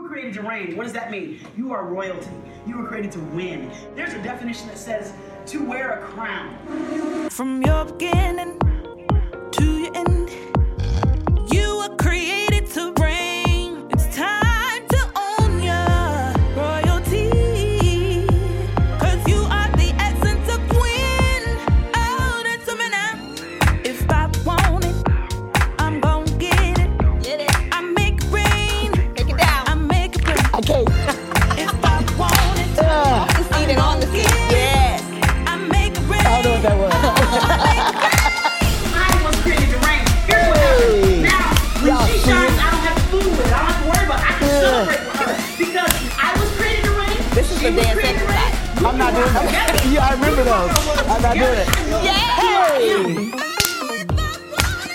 created to reign. What does that mean? You are royalty. You were created to win. There's a definition that says to wear a crown. From your beginning to your end, you were created to reign. It's time to own your royalty. Cause you are the essence of win. Oh, that's a minute. If I want it, I'm gon' get it. I make it rain. Take it down. I make it rain. Okay. If I want it, Ugh. Off the seat and on the seat. Yes. I make it rain. I don't know what that was. I was created to reign. Here's what Hey. happens. Now, when Y'all she see shines, it? I don't have to fool with it. I don't have to worry about it. I can Yeah. celebrate with her because I was created to reign. This is she the was dance created to reign. We I'm not can doing rock that. together. Yeah, I remember those. I'm not doing it. Hey.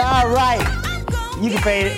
All right. You can fade it.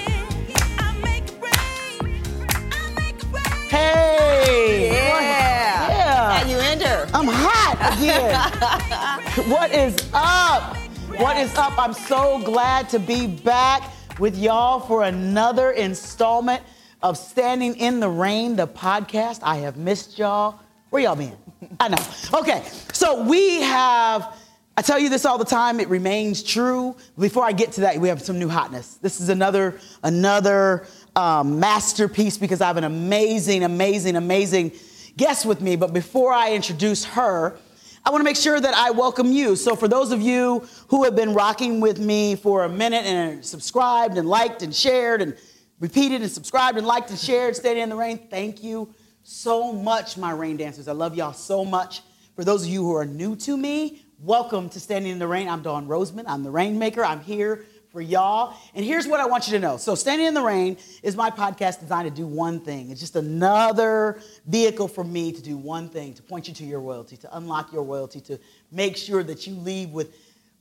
Hey. Yeah. Yeah. And you enter. I'm hot again. what is up? What is up? I'm so glad to be back with y'all for another installment of Standing in the Rain, the podcast. I have missed y'all. Where y'all been? I know. Okay, so we have, I tell you this all the time, it remains true. Before I get to that, we have some new hotness. This is another, another um, masterpiece because I have an amazing, amazing, amazing guest with me, but before I introduce her, I want to make sure that I welcome you. So, for those of you who have been rocking with me for a minute and subscribed and liked and shared and repeated and subscribed and liked and shared, stayed in the rain, thank you so much, my rain dancers. I love y'all so much. For those of you who are new to me, welcome to Standing in the Rain. I'm Dawn Roseman. I'm the Rainmaker. I'm here for y'all. And here's what I want you to know. So, Standing in the Rain is my podcast designed to do one thing. It's just another vehicle for me to do one thing, to point you to your royalty, to unlock your royalty, to make sure that you leave with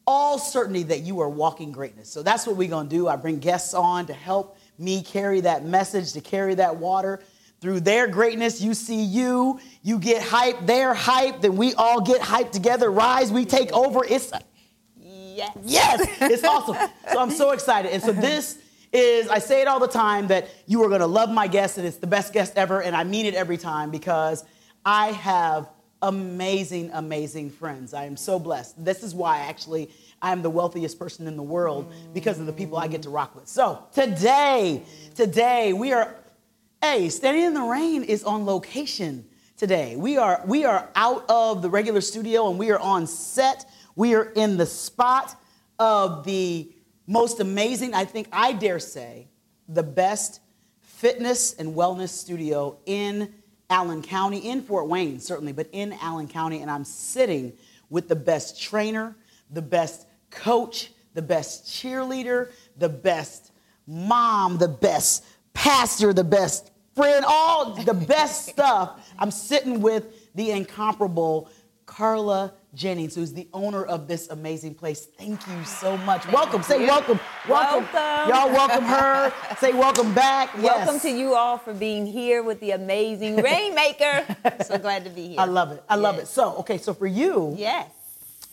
all certainty that you are walking greatness. So, that's what we're going to do. I bring guests on to help me carry that message, to carry that water through their greatness, you see you, you get hype, they're hype, then we all get hype together, rise, we take over. It's Yes. yes, it's awesome. So I'm so excited. And so this is, I say it all the time that you are gonna love my guest and it's the best guest ever, and I mean it every time because I have amazing, amazing friends. I am so blessed. This is why actually I'm the wealthiest person in the world because of the people I get to rock with. So today, today we are Hey, Standing in the Rain is on location today. We are we are out of the regular studio and we are on set. We are in the spot of the most amazing, I think I dare say, the best fitness and wellness studio in Allen County, in Fort Wayne certainly, but in Allen County and I'm sitting with the best trainer, the best coach, the best cheerleader, the best mom, the best pastor, the best friend, all the best stuff. I'm sitting with the incomparable Carla Jennings, who's the owner of this amazing place. Thank you so much. welcome. Say welcome. welcome. Welcome. Y'all welcome her. Say welcome back. Welcome Yes. to you all for being here with the amazing Rainmaker. so glad to be here. I love it. I love it. Yes. So, okay, so for you, Yes.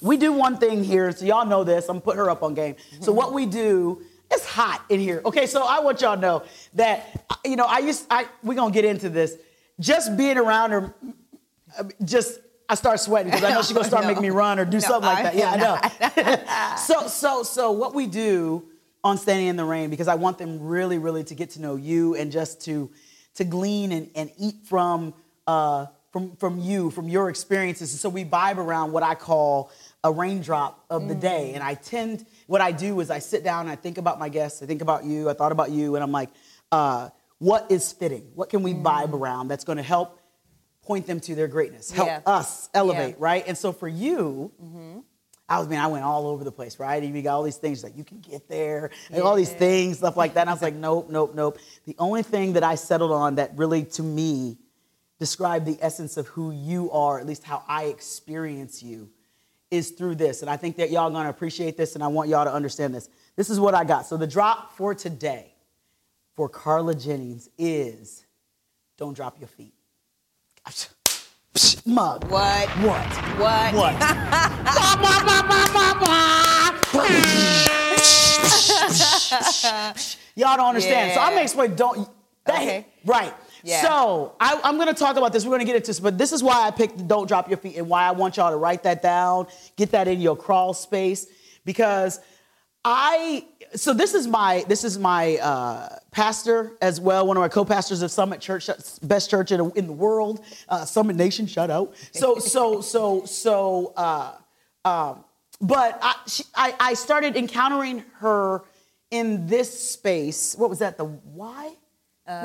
we do one thing here, so y'all know this. I'm gonna put her up on game. So what we do, it's hot in here. Okay, so I want y'all to know that uh, you know I used I we're gonna get into this. Just being around her, uh, just I start sweating because I know she's gonna start No. making me run or do something like I- that. Yeah, I know. so so so what we do on Standing in the Rain because I want them really really to get to know you and just to to glean and, and eat from uh from from you from your experiences. And so we vibe around what I call a raindrop of the day. Mm. And I tend what I do is I sit down and I think about my guests. I think about you. I thought about you, and I'm like, uh, what is fitting? What can we Mm. vibe around that's going to help point them to their greatness, help Yeah. us elevate, Yeah. right? And so for you, I was, man, I went all over the place, right? And you got all these things like you can get there, and all these things, stuff like that. And I was like, nope, nope, nope. The only thing that I settled on that really, to me, described the essence of who you are, at least how I experience you, is through this. And I think that y'all gonna appreciate this, and I want y'all to understand this. This is what I got. So the drop for today for Carla Jennings is don't drop your feet. Mug. What? What? What? What? Ba, ba, ba, ba, ba, ba. Y'all don't understand. So I'm gonna explain. Don't. That, Okay. Right. Yeah. So I, I'm going to talk about this. We're going to get into this, but this is why I picked "Don't Drop Your Feet" and why I want y'all to write that down, get that in your crawl space, because I. So this is my this is my uh, pastor as well, one of our co-pastors of Summit Church, best church in, in the world, uh, Summit Nation. Shout out. So so so so. Uh, um, but I, she, I, I started encountering her in this space. What was that? The why?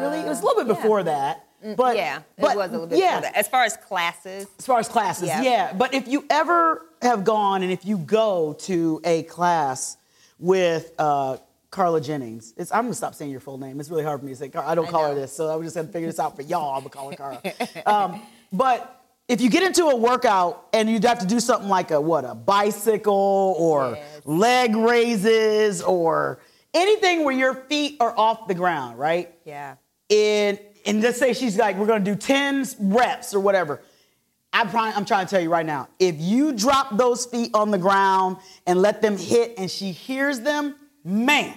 really, it was a little bit yeah. Mm, before that. But yeah, it but, was a little bit. yeah, further. As far as classes, as far as classes, Yeah. yeah. But if you ever have gone and if you go to a class with uh, Carla Jennings, it's, I'm gonna stop saying your full name. It's really hard for me to say. Car- I don't call her know. this, so I'm just gonna figure this out for y'all. I'm gonna call her Carla. Um, but if you get into a workout and you'd have to do something like a what a bicycle or Yes. leg raises or anything where your feet are off the ground, right? yeah, and and let's say she's like, we're gonna do 10 reps or whatever. I'm trying, I'm trying to tell you right now, if you drop those feet on the ground and let them hit and she hears them, man,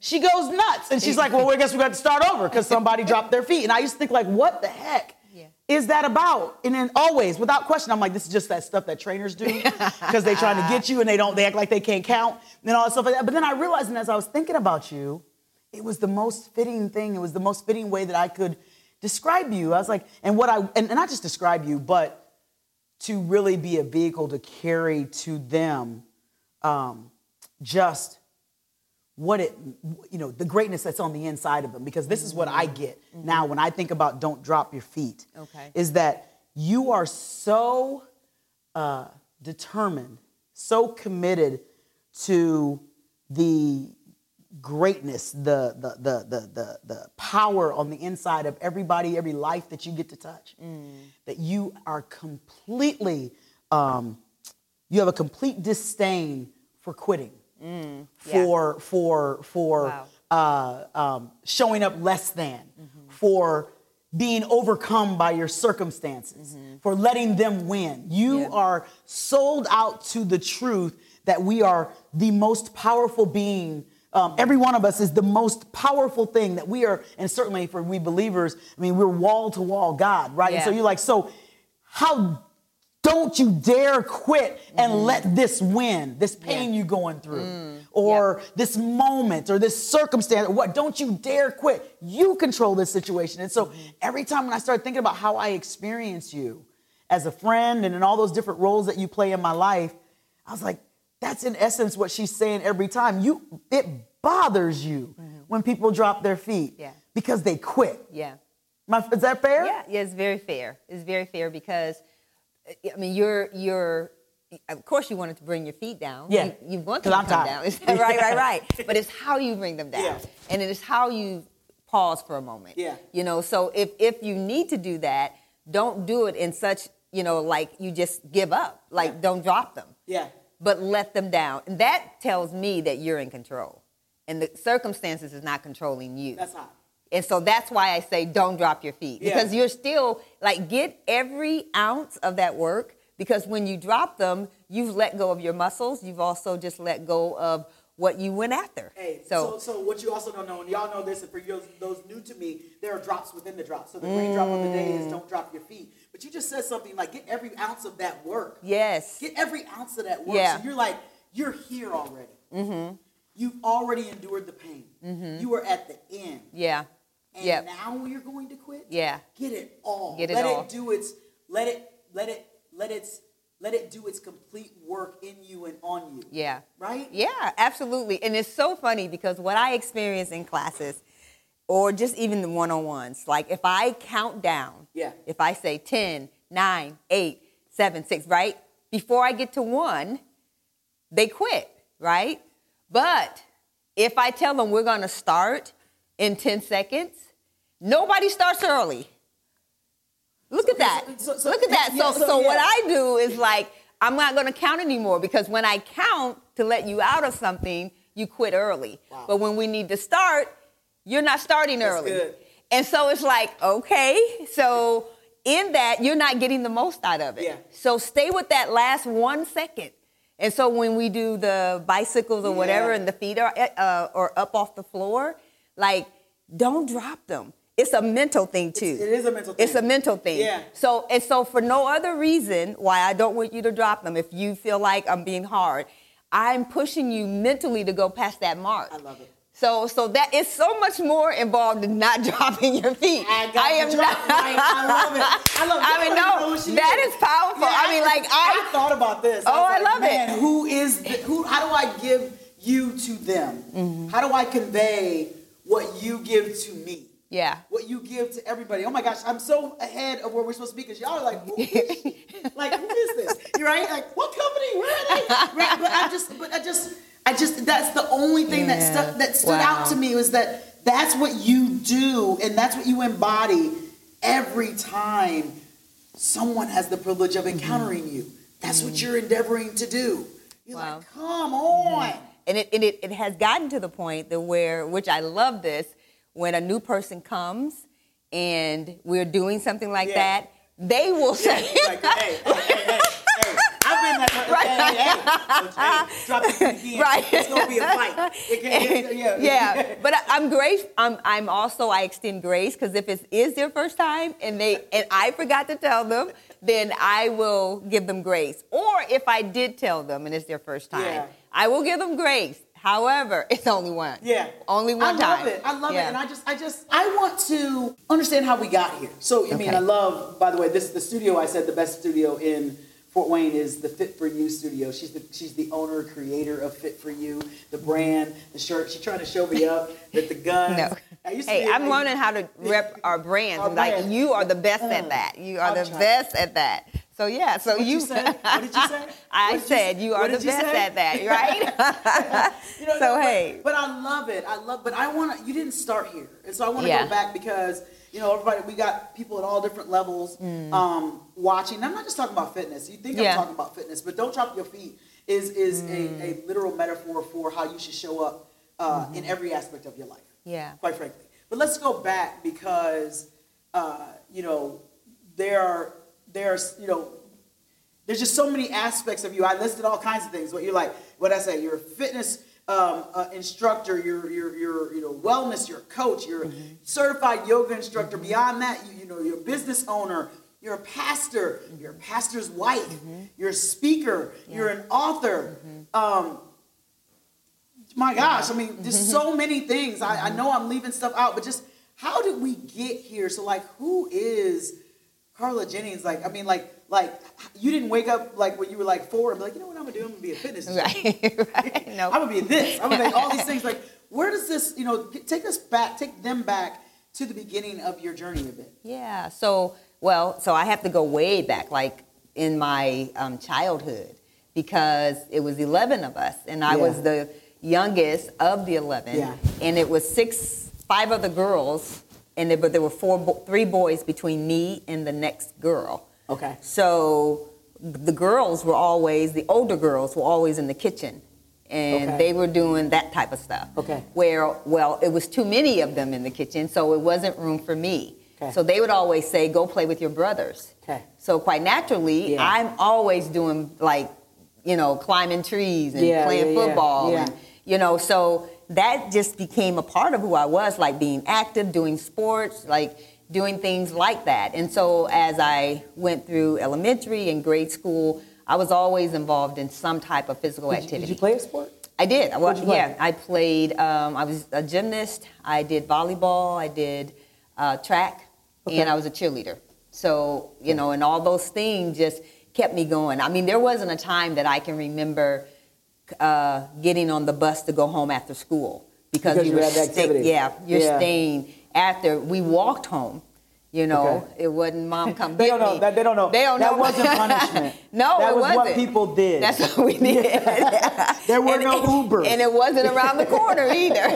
she goes nuts. And she's like, well, I guess we got to start over because somebody dropped their feet. And I used to think like, what the heck? Yeah. Is that about? And then always, without question, I'm like, this is just that stuff that trainers do because they're trying to get you and they don't, they act like they can't count and all that stuff like that. But then I realized, and as I was thinking about you, it was the most fitting thing. It was the most fitting way that I could describe you. I was like, and what I, and, and not just describe you, but to really be a vehicle to carry to them um, just what it, you know, the greatness that's on the inside of them. Because this is what I get now when I think about don't drop your feet. Okay. Is that you are so uh, determined, so committed to the greatness, the, the, the, the, the, the power on the inside of everybody, every life that you get to touch, that you are completely, um, you have a complete disdain for quitting, Mm, yeah. for, for, for uh, um, showing up less than, Mm-hmm. for being overcome by your circumstances, for letting them win. You Mm-hmm. Yeah. are sold out to the truth that we are the most powerful being. Um, every one of us is the most powerful thing that we are, and certainly for we believers, I mean, we're wall to wall God, right? And so Yeah. you're like, so how don't you dare quit and Mm. let this win, this pain you going through, or this moment, or this circumstance, or what? Don't you dare quit. You control this situation. And so Mm-hmm. every time when I started thinking about how I experience you as a friend and in all those different roles that you play in my life, I was like, that's in essence what she's saying every time. You, it bothers you when people drop their feet Mm-hmm. Yeah. because they quit. yeah. My, is that fair? Yeah, yeah, it's very fair. It's very fair because, uh, I mean, you're you're. Of course, you wanted to bring your feet down. Yeah. you, you want 'Cause them to I'm come down. tired. right, right, right. But it's how you bring them down, Yeah. and it is how you pause for a moment. Yeah. you know. So if if you need to do that, don't do it in such you know like you just give up. Like don't drop them Yeah. but let them down. And that tells me that you're in control. And the circumstances is not controlling you. That's hot. And so that's why I say don't drop your feet. Yeah. Because you're still like get every ounce of that work because when you drop them, you've let go of your muscles. You've also just let go of what you went after. Hey, so, so, so what you also don't know, and y'all know this, and for those, those new to me, there are drops within the drops. So the green drop of the day is don't drop your feet. But you just said something like get every ounce of that work. yes. Get every ounce of that work. Yeah. Mm-hmm. So you're like, you're here already. You've already endured the pain. You are at the end. yeah. And Mm-hmm. Yep. now you're going to quit. Yeah. Get it all. Get it let all. it do its let it let it let its let it do its complete work in you and on you. Yeah. Right? Yeah, absolutely. And it's so funny because what I experience in classes or just even the one on ones, like if I count down, Yeah. if I say 10, 9, 8, 7, 6, right? Before I get to one, they quit, right? But if I tell them we're gonna start in 10 seconds, nobody starts early. Look at that. so- so- Look at that. yeah, so, so, so what yeah. I I do is like, I'm not going to count anymore because when I count to let you out of something, you quit early. But when we need to start, you're not starting early. good. And so it's like, okay, so in that, you're not getting the most out of it. Yeah. So stay with that last one second. And so when we do the bicycles or whatever Yeah. and the feet are, uh, are up off the floor, like, don't drop them. It's a mental thing too. it is a mental thing. It's a mental thing. Yeah. So and so for no other reason why I don't want you to drop them if you feel like I'm being hard. I'm pushing you mentally to go past that mark. I love it. So so that is so much more involved than not dropping your feet. I got the drop right. I love it. I love it. I mean, don't no, know who she that is powerful. I mean, like, I- thought about this. Oh, was I like, love it. Man, who is the, who? How do I give you to them? Mm-hmm. How do I convey what you give to me? Yeah. What you give to everybody. Oh my gosh, I'm so ahead of where we're supposed to be because y'all are like, who is she? like who is this? You're right. Like what company? Where are they? Right. But I just, but I just, I just. That's the only thing that Yeah. stuck that stood Wow. out to me was that that's what you do and that's what you embody every time someone has the privilege Mm-hmm. of encountering you. That's what you're endeavoring to do. You're Wow. like, come on. and it, and it, it has gotten to the point that where which i love this when a new person comes and we're doing something like Yeah. that they will say Like, hey, hey, hey, hey. I've been like, Right. hey, hey, hey, hey, drop it again. Right. It's gonna be a fight. It can, it's- yeah. yeah but I, i'm grace I'm, I'm also i extend grace because if it is their first time and they and i forgot to tell them then i will give them grace or if i did tell them and it's their first time Yeah. i will give them grace however it's only one Yeah. only one I love time it. I love it. Yeah. And I just I just I want to understand how we got here. So I mean Okay. I love by the way this the studio I said the best studio in Fort Wayne is the Fit for You studio. She's the she's the owner creator of Fit for You, the brand, the shirt. She's trying to show me up that the guns. No. I used to Hey, be- I'm learning how to rep our brands. Our I'm like brand. you are the best at that. You are I'm the trying. best at that. So yeah, so What'd you. you say? What did you say? I What did you said say? you are What the did you best say? at that, right? You know, So, no, but- hey. but, I love it. I love, but I want to. You didn't start here, and so I want to Yeah. go back because you know everybody. We got people at all different levels um, watching. And I'm not just talking about fitness. You think Mm. Yeah. Mm. I'm talking about fitness, but don't drop your feet is is a, a literal metaphor for how you should show up uh, in every aspect of your life. Mm-hmm. Yeah. quite frankly. But let's go back because uh, you know there are there's you know there's just so many aspects of you. I listed all kinds of things. What you're like, what I say, you're a fitness um, uh, instructor, you're, you're, you're, you know, wellness, you're a coach, you're a certified yoga instructor. Beyond that, you, you know, you're a business owner, you're a pastor, you're a pastor's wife, you're a speaker, you're an author. Um, my gosh, I mean, just so many things. I, I know I'm leaving stuff out, but just how did we get here? So, like, who is Carla Jennings? Like, I mean, like, like you didn't wake up like when you were like four and be like, you know what I'm gonna do? I'm gonna be a fitness. instructor. right. right. No. I'm gonna be this. I'm gonna make all these things. Like, where does this? You know, take us back, take them back to the beginning of your journey with it. Yeah. So, well, so I have to go way back, like in my um, childhood, because it was 11 of us, and I Yeah. was the youngest of the 11, Yeah. and it was six, five other girls, and there, but there were four, bo- three boys between me and the next girl. Okay. So the girls were always, the older girls were always in the kitchen. And Okay. they were doing that type of stuff. Okay. Where, well, it was too many of them in the kitchen, so it wasn't room for me. Okay. So they would always say, go play with your brothers. Okay. So quite naturally, Yeah. I'm always doing like, you know, climbing trees and Yeah, playing yeah, yeah, football. yeah. And, you know, so that just became a part of who I was, like being active, doing sports, like doing things like that. And so as I went through elementary and grade school, I was always involved in some type of physical activity. play a sport? I did. I wa- What'd you play? Yeah, I played. Um, I was a gymnast. I did volleyball. I did uh, track, Okay. and I was a cheerleader. So you know, and all those things just kept me going. I mean, there wasn't a time that I can remember uh, getting on the bus to go home after school because, Because you you were had the stay- activity. yeah, you're Yeah. staying after we walked home. You know, Okay. it wasn't mom come They get don't know. me. That- they don't know. They don't That know. wasn't punishment. no, That it was what wasn't. people did. That's what we did. There were And- no Ubers. And it wasn't around the corner either.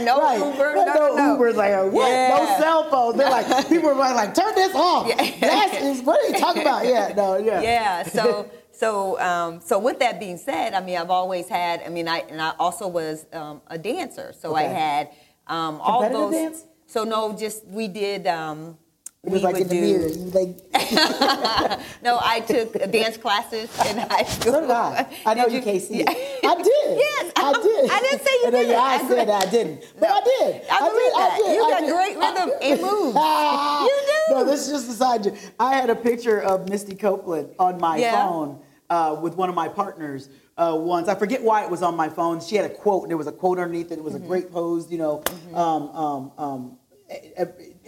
no Right. Uber, There's no, no, no. Ubers like uh, what? Yeah. No cell phones. They're like people are like, turn this off. Yeah. That is what are you talking about? Yeah, no, yeah. Yeah. So so um, so with that being said, I mean I've always had. I mean I and I also was um, a dancer, so I Okay. had um, all Competitive those. dance? So no, just we did. Um, It was we like would in the do- mirror. You like No, I took dance classes in high school. So did I. I know Did you, can't see Yeah. it. I did. Yes, I did. I didn't say you And then didn't. your eyes I said did. I didn't. But No. I did. I did. believe that. I did. You I got did. great rhythm and moves. Ah. You do. No, this is just beside you. I had a picture of Misty Copeland on my Yeah. phone uh, with one of my partners uh, once. I forget why it was on my phone. She had a quote, and there was a quote underneath it. It was Mm-hmm. a great pose, you know. Um, um, um,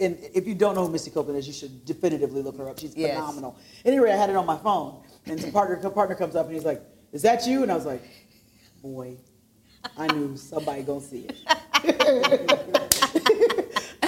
and if you don't know who Misty Copeland is, you should definitively look her up. She's Yes. phenomenal. Anyway, I had it on my phone, and the partner, the partner comes up and he's like, "Is that you?" And I was like, "Boy, I knew somebody gonna see it."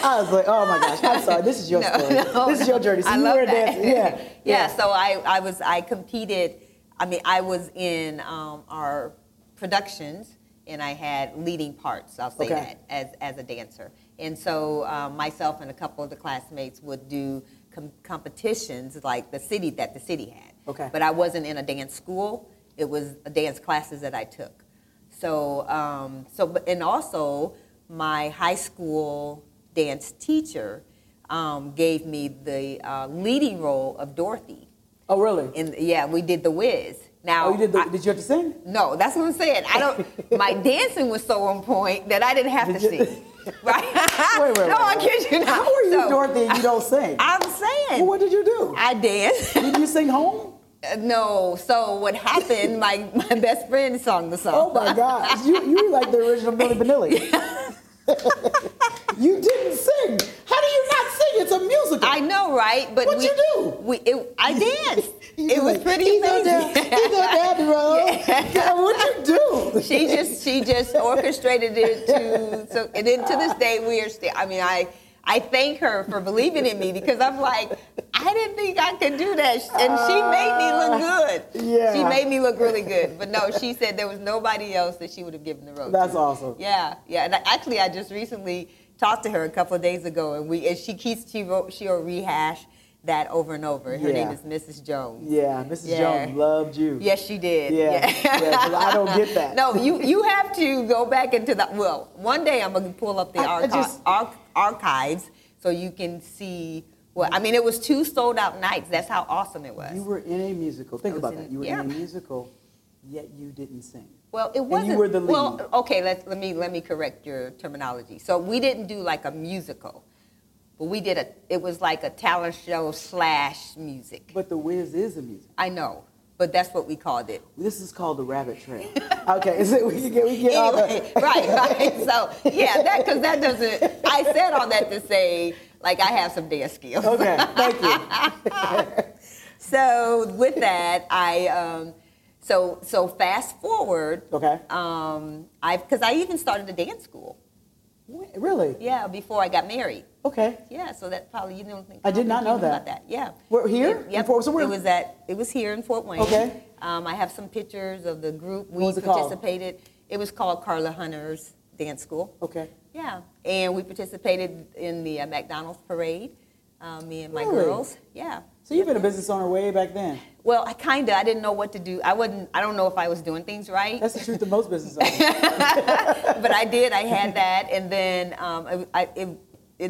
I was like, "Oh my gosh, I'm sorry. This is your story. this is your journey." So I you love were a that. dancer, yeah, yeah. So I, I was I competed. I mean, I was in um, our productions, and I had leading parts. I'll say Okay. that as as a dancer. And so um, myself and a couple of the classmates would do com- competitions like the city that the city had. Okay. But I wasn't in a dance school. It was dance classes that I took. So um, so but- and also my high school dance teacher um, gave me the uh, leading role of Dorothy. Oh really? And yeah, we did the Wiz. Now Oh, you did. The, I- did you have to sing? no, that's what I'm saying. I don't. my dancing was so on point that I didn't have to Did you- sing. Right? Wait, wait, no, wait, I wait. kid you not. How are you, So, Dorothy? and You don't sing. I'm saying. well, what did you do? I danced. did you sing home? No, so what happened? My my best friend sung the song. Oh my God! You you were like the original Billy Vanilli. you didn't sing. How do you not sing? It's a musical. I know, right? But What'd we, you do? We it, I danced. You it was like, pretty He go down, amazing. he go down the road. God, what'd you do? she just she just orchestrated it to so and then to this day we are still I mean I I thank her for believing in me because I'm like I didn't think I could do that and she made me look good. Uh, Yeah. She made me look really good. But no, she said there was nobody else that she would have given the role. That's to. awesome. Yeah. Yeah, and I, actually I just recently talked to her a couple of days ago and we and she keeps she wrote she'll rehash that over and over. Her name Yeah. is Mrs. Jones. Yeah, Mrs. Yeah. Jones loved you. Yes, she did. Yeah, yeah, 'cause I don't get that. No, you you have to go back into the well. One day I'm gonna pull up the I- I archi- just- ar- archives so you can see what I mean. It was two sold out nights. That's how awesome it was. You were in a musical. Think I was about in- that. You were yeah. in a musical, yet you didn't sing. well, it and you wasn't. were the Well, okay. Let let me let me correct your terminology. So we didn't do like a musical, but we did a. It was like a talent show slash music. But The Wiz is a musical. I know, but that's what we called it. This is called The Rabbit Trail. okay, so we can get, we can get all the- anyway, right, right. So yeah, that because that doesn't. I said all that to say like I have some dance skills. Okay, thank you. So with that, I um, so so fast forward. Okay. Um, I because I even started a dance school. Wait, really? Yeah, before I got married. Okay. Yeah, so that probably you don't think I don't did not think know you knew that. About that. Yeah, We're here? It, yep. In Fort- so we're- it was at it was here in Fort Wayne. Okay. Um, I have some pictures of the group we was it called? participated. It was called Carla Hunter's Dance School. Okay. Yeah, and we participated in the uh, McDonald's parade. Uh, me and my Really? girls. Yeah. So you've been a business owner way back then. Well, I kind of I didn't know what to do. I wasn't. I don't know if I was doing things right. That's the truth of most business owners. but I did. I had that, and then um, I, I, it,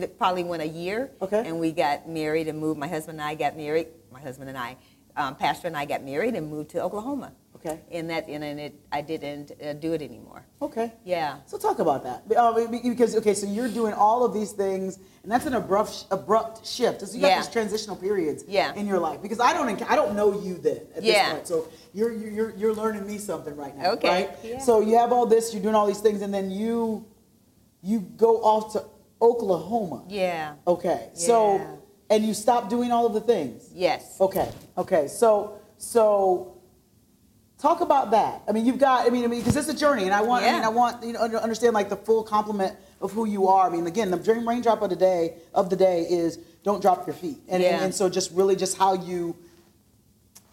it probably went a year. Okay. And we got married and moved. My husband and I got married. My husband and I, um, Pastor and I got married and moved to Oklahoma. Okay. And that, and, and it, I didn't uh, do it anymore. Okay. Yeah. So talk about that Be- uh, be- because okay, so you're doing all of these things, and that's an abrupt sh- abrupt shift. So you got Yeah. these transitional periods Yeah. in your life because I don't enc- I don't know you then at Yeah. this point. So you're you're- you're you're learning me something right now. Okay. Right? Yeah. So you have all this, you're doing all these things, and then you you go off to Oklahoma. Yeah. Okay. So Yeah. and you stop doing all of the things. Yes. Okay. Okay. So so talk about that. I mean, you've got. I mean, I mean, because it's a journey, and I want. I mean, Yeah. I want you know to understand like the full complement of who you are. I mean, again, the dream raindrop of the day of the day is don't drop your feet, and and, Yeah. and so just really just how you.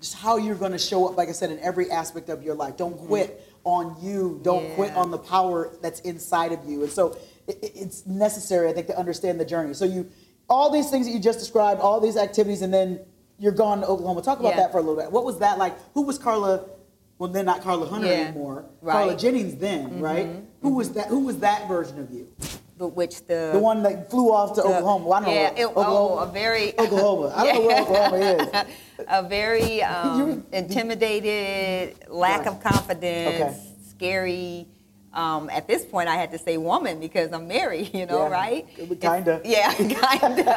Just how you're going to show up, like I said, in every aspect of your life. Don't quit on you. Don't quit Mm-hmm. Yeah. on the power that's inside of you. And so it, it- it's necessary, I think, to understand the journey. So you, all these things that you just described, all these activities, and then you're gone to Oklahoma. Talk about Yeah. that for a little bit. What was that like? Who was Carla? Well, then not Carla Hunter Yeah. anymore. Right. Mm-hmm. Carla Jennings then, right? Who was that? Who was that version of you? but which the The one that flew off to Uh, the- Oklahoma. Well, I don't yeah, know. it- oh, a very Oklahoma. I don't know where Oklahoma is. a very um, intimidated, lack of confidence, Okay. scary. Um, at this point, I had to say woman because I'm married, you know, Yeah. right? Kinda. Yeah, kinda.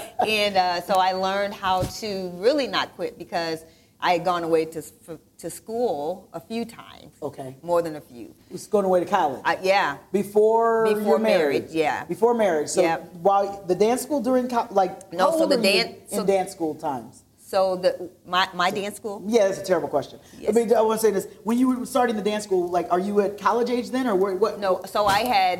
and uh, so I learned how to really not quit because I had gone away to s- for, to school a few times. Okay. More than a few. It's going away to college. I, yeah. before Before you're married. marriage, yeah. Before marriage. So Yep. while the dance school during co- like No, how so old the were you dan- in so- dance school times. So the my my dance school. Yeah, that's a terrible question. I Yes. mean, I want to say this: when you were starting the dance school, like, are you at college age then, or where, what? No, so I had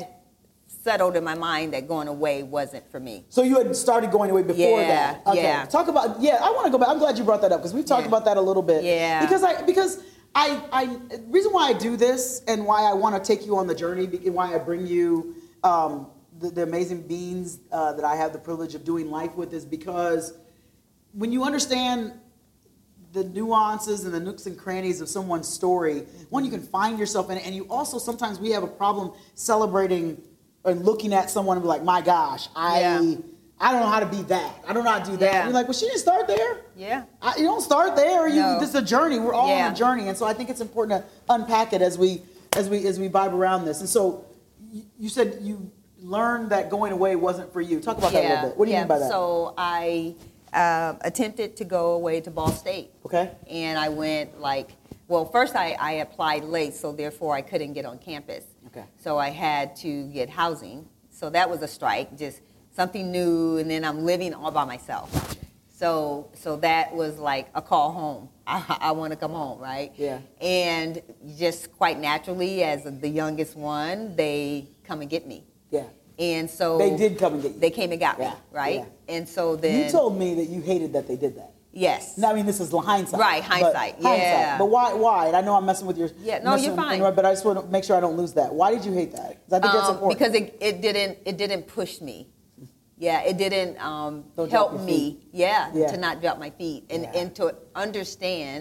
settled in my mind that going away wasn't for me. So you had started going away before Yeah, that. Okay. yeah. Talk about yeah. I want to go back. I'm glad you brought that up because we talked Yeah. about that a little bit. Yeah. Because I because I I the reason why I do this and why I want to take you on the journey be- and why I bring you um, the, the amazing beings uh, that I have the privilege of doing life with is because when you understand the nuances and the nooks and crannies of someone's story, one you can find yourself in, it, and you also sometimes we have a problem celebrating or looking at someone and be like, "My gosh, I, Yeah. I don't know how to be that. I don't know how to do that." Yeah. You're like, "Well, she didn't start there. Yeah. I, you don't start there. You, No. this is a journey. We're all on Yeah. a journey, and so I think it's important to unpack it as we as we as we vibe around this. And so, you, you said you learned that going away wasn't for you. Talk about that a little bit. What do you yeah. mean by that? So I um attempted to go away to Ball State. Okay. And I went like, well, first I, I applied late, so therefore I couldn't get on campus. Okay. So I had to get housing. So that was a strike, just something new, and then I'm living all by myself. So so that was like a call home. I, I want to come home, right? Yeah. And just quite naturally, as the youngest one, they come and get me. yeah. And so They did come and get you. They came and got Yeah, me, right? yeah. And so then you told me that you hated that they did that. yes, No, I mean this is hindsight. Right, but- hindsight, yeah. But why? Why? And I know I'm messing with your. Yeah, no, messing you're with- fine. But I just want to make sure I don't lose that. Why did you hate that? 'Cause I think that's Um, important. because it, it didn't it didn't push me. Yeah, it didn't um, Don't drop help your me. Yeah, Yeah. to not drop my feet and, Yeah. and to understand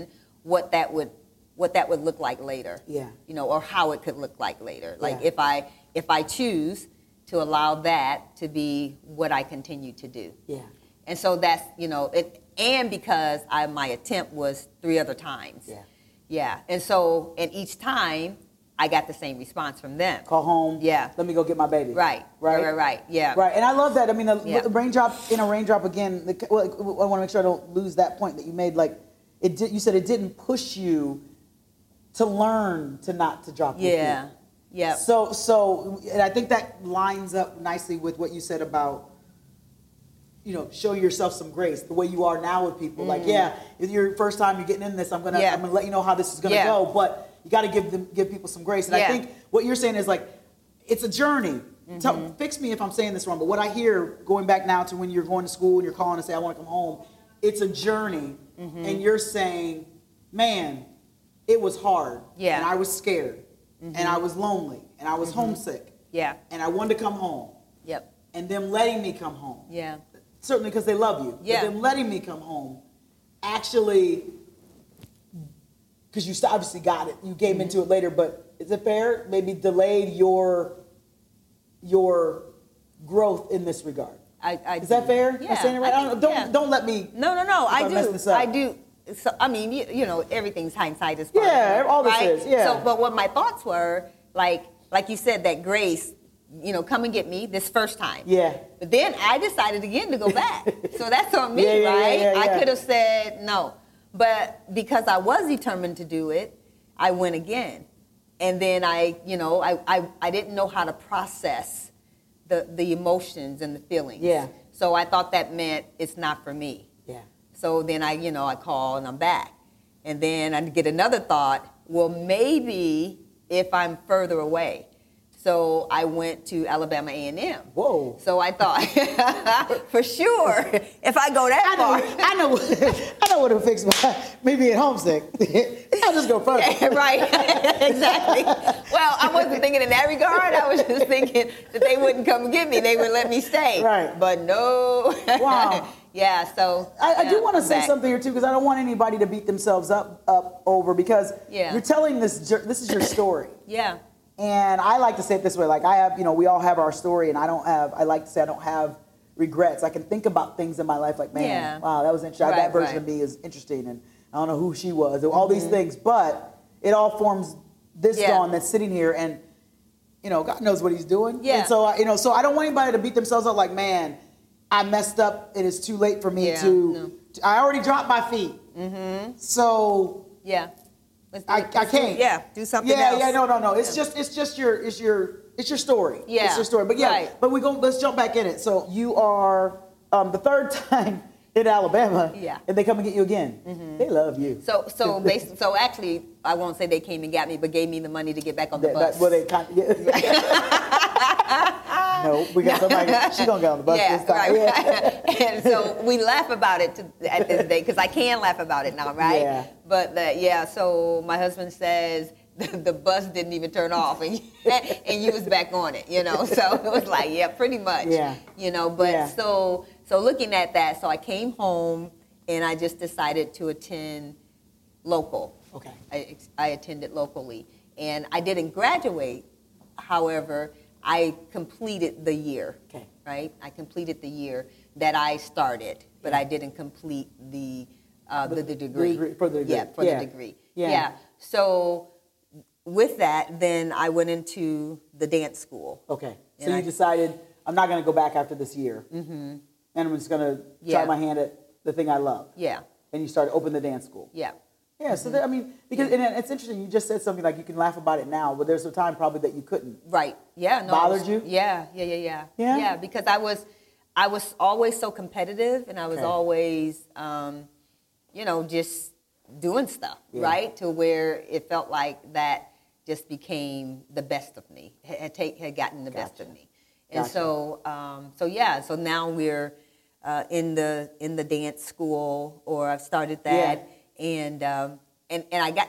what that would what that would look like later. Yeah. you know, or how it could look like later. Like Yeah. if I if I choose to allow that to be what I continue to do. Yeah. And so that's, you know, it, and because I, my attempt was three other times. Yeah. Yeah. And so, and each time I got the same response from them. Call home. Yeah. Let me go get my baby. Right. Right. Right, right, right. Yeah. Right. And I love that. I mean, the Yeah. the raindrop in a raindrop again. The, well, I want to make sure I don't lose that point that you made. Like, it did. You said it didn't push you to learn to not to drop. your feet. Yeah. Yeah. So, so, and I think that lines up nicely with what you said about, you know, show yourself some grace. The way you are now with people, like, yeah, if your first time you're getting in this, I'm gonna, Mm. Yeah. I'm gonna let you know how this is gonna Yeah. go. But you got to give them, give people some grace. And I Yeah. Mm-hmm. think what you're saying is like, it's a journey. Tell, fix me if I'm saying this wrong, but what I hear going back now to when you're going to school and you're calling and say, I want to come home, it's a journey. Mm-hmm. And you're saying, man, it was hard. Yeah. Mm-hmm. And I was scared. And I was lonely. And I was homesick. yeah. And I wanted to come home. Yep. And them letting me come home. Yeah. Certainly because they love you. Yeah. But them letting me come home actually, because you st- obviously got it, you gave into Mm-hmm. it later, but is it fair? Maybe delayed your your growth in this regard. I, I Is that do. fair? Mm-hmm. Yeah. Am I saying it right? I think- don't, don't, yeah. don't let me. No, no, no. if I, I mess this do. up. I do. So I mean, you, you know, everything's hindsight is part of Yeah, it, all this right? is, yeah. So, but what my thoughts were, like, like you said, that grace, you know, come and get me this first time. Yeah. But then I decided again to go back. so that's on me, Yeah, yeah, yeah, right? yeah, yeah. I could have said no, but because I was determined to do it, I went again, and then I, you know, I, I, I didn't know how to process the the emotions and the feelings. Yeah. So I thought that meant it's not for me. Yeah. So then I, you know, I call and I'm back. And then I get another thought, well, maybe if I'm further away. So I went to Alabama A&M. Whoa. So I thought, for sure, if I go that I know, far. I know, I know what to fix my, me being homesick. I'll just go further. right, exactly. Well, I wasn't thinking in that regard. I was just thinking that they wouldn't come get me. They would let me stay. Right. But no. Wow. yeah, so. I, I do yeah, want to I'm say back. something here too, because I don't want anybody to beat themselves up up over because Yeah. you're telling this. jour- This is your story, Yeah. And I like to say it this way like, I have, you know, we all have our story, and I don't have, I like to say I don't have regrets. I can think about things in my life like, man, Yeah. wow, that was interesting. Right, that version right. Mm-hmm. of me is interesting, and I don't know who she was, and all these things, but it all forms this Yeah. dawn that's sitting here, and you know, God knows what He's doing. Yeah. And so, I, you know, so I don't want anybody to beat themselves up like, man, I messed up. It is too late for me Yeah, to. no. Mm-hmm. I already dropped my feet. So Yeah. Let's do I, it. I Let's do- can't. Yeah, do something yeah, else. Yeah, no, no, no. It's just it's just your it's your it's your story. Yeah, It's your story. But yeah, right. but we go let's jump back in it. So you are um, the third time in Alabama. Yeah. Mm-hmm. And they come and get you again. They love you. So, so basically, so actually, I won't say they came and got me, but gave me the money to get back on the That- bus. that- well, they kind of, yeah. no, we got somebody. She gonna get on the bus yeah, this time. right, Yeah. right. and so we laugh about it to, at this day because I can laugh about it now, right? Yeah. But the, yeah, so my husband says the, the bus didn't even turn off, and and you was back on it, you know. So it was like, yeah, pretty much, Yeah. you know. But Yeah. so so looking at that, so I came home and I just decided to attend local. Okay. I, I attended locally. And I didn't graduate, however, I completed the year. Okay. Right? I completed the year that I started, but I didn't complete the, uh, the, the degree. degree- for the degree. Yeah, for Yeah. the degree. Yeah. So with that, then I went into the dance school. Okay. So And you I- decided I'm not gonna go back after this year, mm-hmm. and I'm just gonna Yeah. try my hand at the thing I love. Yeah, And you started open the dance school. yeah, Yeah, so there, I mean, because and it's interesting. You just said something like you can laugh about it now, but there's a time probably that you couldn't. right. Yeah, no. I Bothered was- you? Yeah, yeah, yeah, yeah. Yeah? Yeah, because I was, I was always so competitive, and I was Okay. always, um, you know, just doing stuff, Yeah. right? To where it felt like that just became the best of me, had, had, take, had gotten the best of Gotcha. me. And Gotcha. so, um, so yeah, so now we're uh, in the in the dance school, or I've started that, and um, and and I got.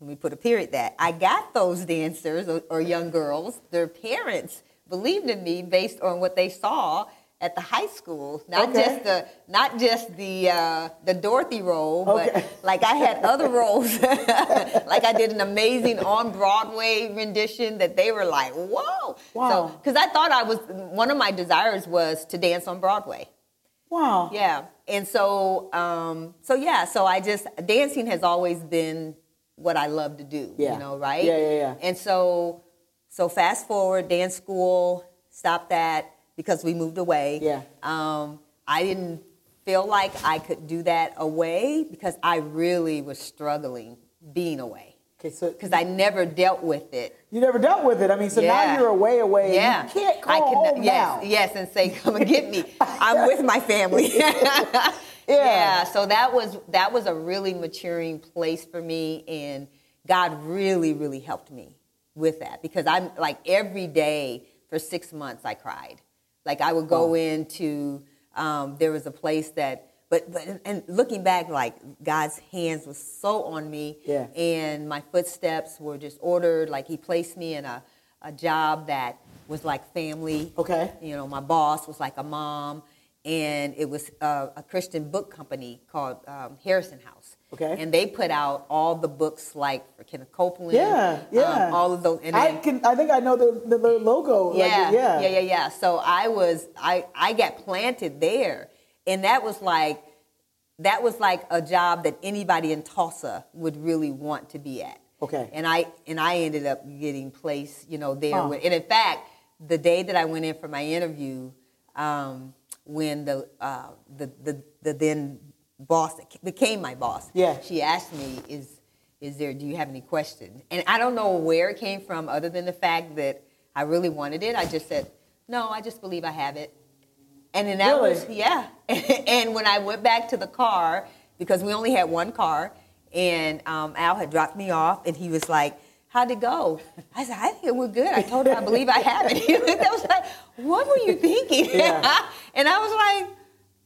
Let me put a period that I got those dancers or, or young girls. Their parents believed in me based on what they saw at the high school, not Okay. just the not just the uh, the Dorothy role, Okay. but like I had other roles. like I did an amazing on Broadway rendition that they were like, "Whoa!" Wow. Because I thought I was one of my desires was to dance on Broadway. Wow. Yeah, and so um, so yeah, so I just dancing has always been what I love to do. Yeah. You know, right? Yeah, yeah, yeah. And so so fast forward, dance school stopped that because we moved away. Yeah. Um, I didn't feel like I could do that away because I really was struggling being away Okay, so because I never dealt with it. you never dealt with it. I mean, so Yeah. now you're away, away. Yeah, You can't call home yes, now. yes, and say, "Come and get me. I'm with my family." yeah. So that was that was a really maturing place for me, and God really, really helped me with that because I'm like every day for six months I cried. Like I would go into um, there was a place that, but but and looking back, like God's hands was so on me, Yeah. and my footsteps were just ordered. Like he placed me in a, a job that was like family. Okay. You know, my boss was like a mom, and it was uh, a Christian book company called um, Harrison House. Okay. And they put out all the books like for Kenneth Copeland. Yeah, um, yeah. all of those. And I then- can. I think I know the the, the logo. like, yeah, yeah. yeah, yeah, yeah. So I was, I, I got planted there, and that was like, that was like a job that anybody in Tulsa would really want to be at. Okay. And I, and I ended up getting placed, you know, there. Huh. With, and in fact, the day that I went in for my interview, um, when the, uh, the, the, the then boss that became my boss, Yeah. she asked me, is, is there, do you have any questions? And I don't know where it came from other than the fact that I really wanted it. I just said, no, I just believe I have it. And then that Really? was, yeah. and when I went back to the car, because we only had one car, and um, Al had dropped me off, and he was like, How'd it go? I said, I think it went good. I told him I believe I have it. He looked- I was like, What were you thinking? Yeah. and I was like,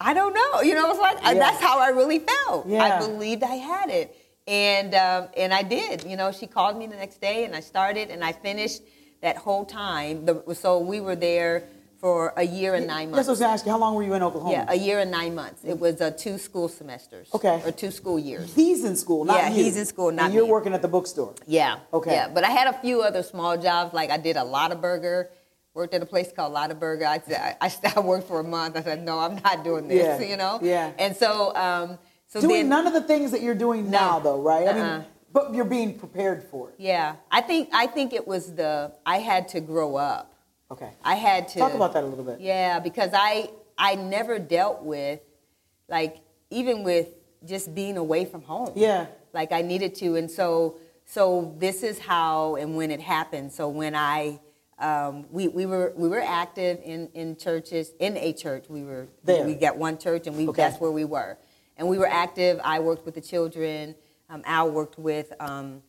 I don't know. You know, I was like, I- Yeah. that's how I really felt. Yeah. I believed I had it. And, um, and I did. You know, she called me the next day and I started and I finished that whole time. The, so we were there for a year and nine That's months. what I was asking. How long were you in Oklahoma? Yeah, a year and nine months. It was uh, two school semesters. Okay. Or two school years. He's in school, not Yeah, you. he's in school, not And you're me. working at the bookstore. Yeah. Okay. Yeah, but I had a few other small jobs. Like I did a Lotta Burger. Worked at a place called Lotta Burger. I said I, I worked for a month. I said no, I'm not doing this. Yeah, You know. yeah. And so, um, so doing then, none of the things that you're doing No. now, though, right? I Uh-uh. mean, but you're being prepared for it. yeah, I think I think it was the I had to grow up. Okay. I had to Talk about that a little bit. Yeah, because I I never dealt with like even with just being away from home. Yeah. Like I needed to, and so so this is how and when it happened. So when I um, we we were we were active in in churches in a church we were There. we got one church and we Okay. that's where we were and we were active. I worked with the children. Um, Al worked with. Um,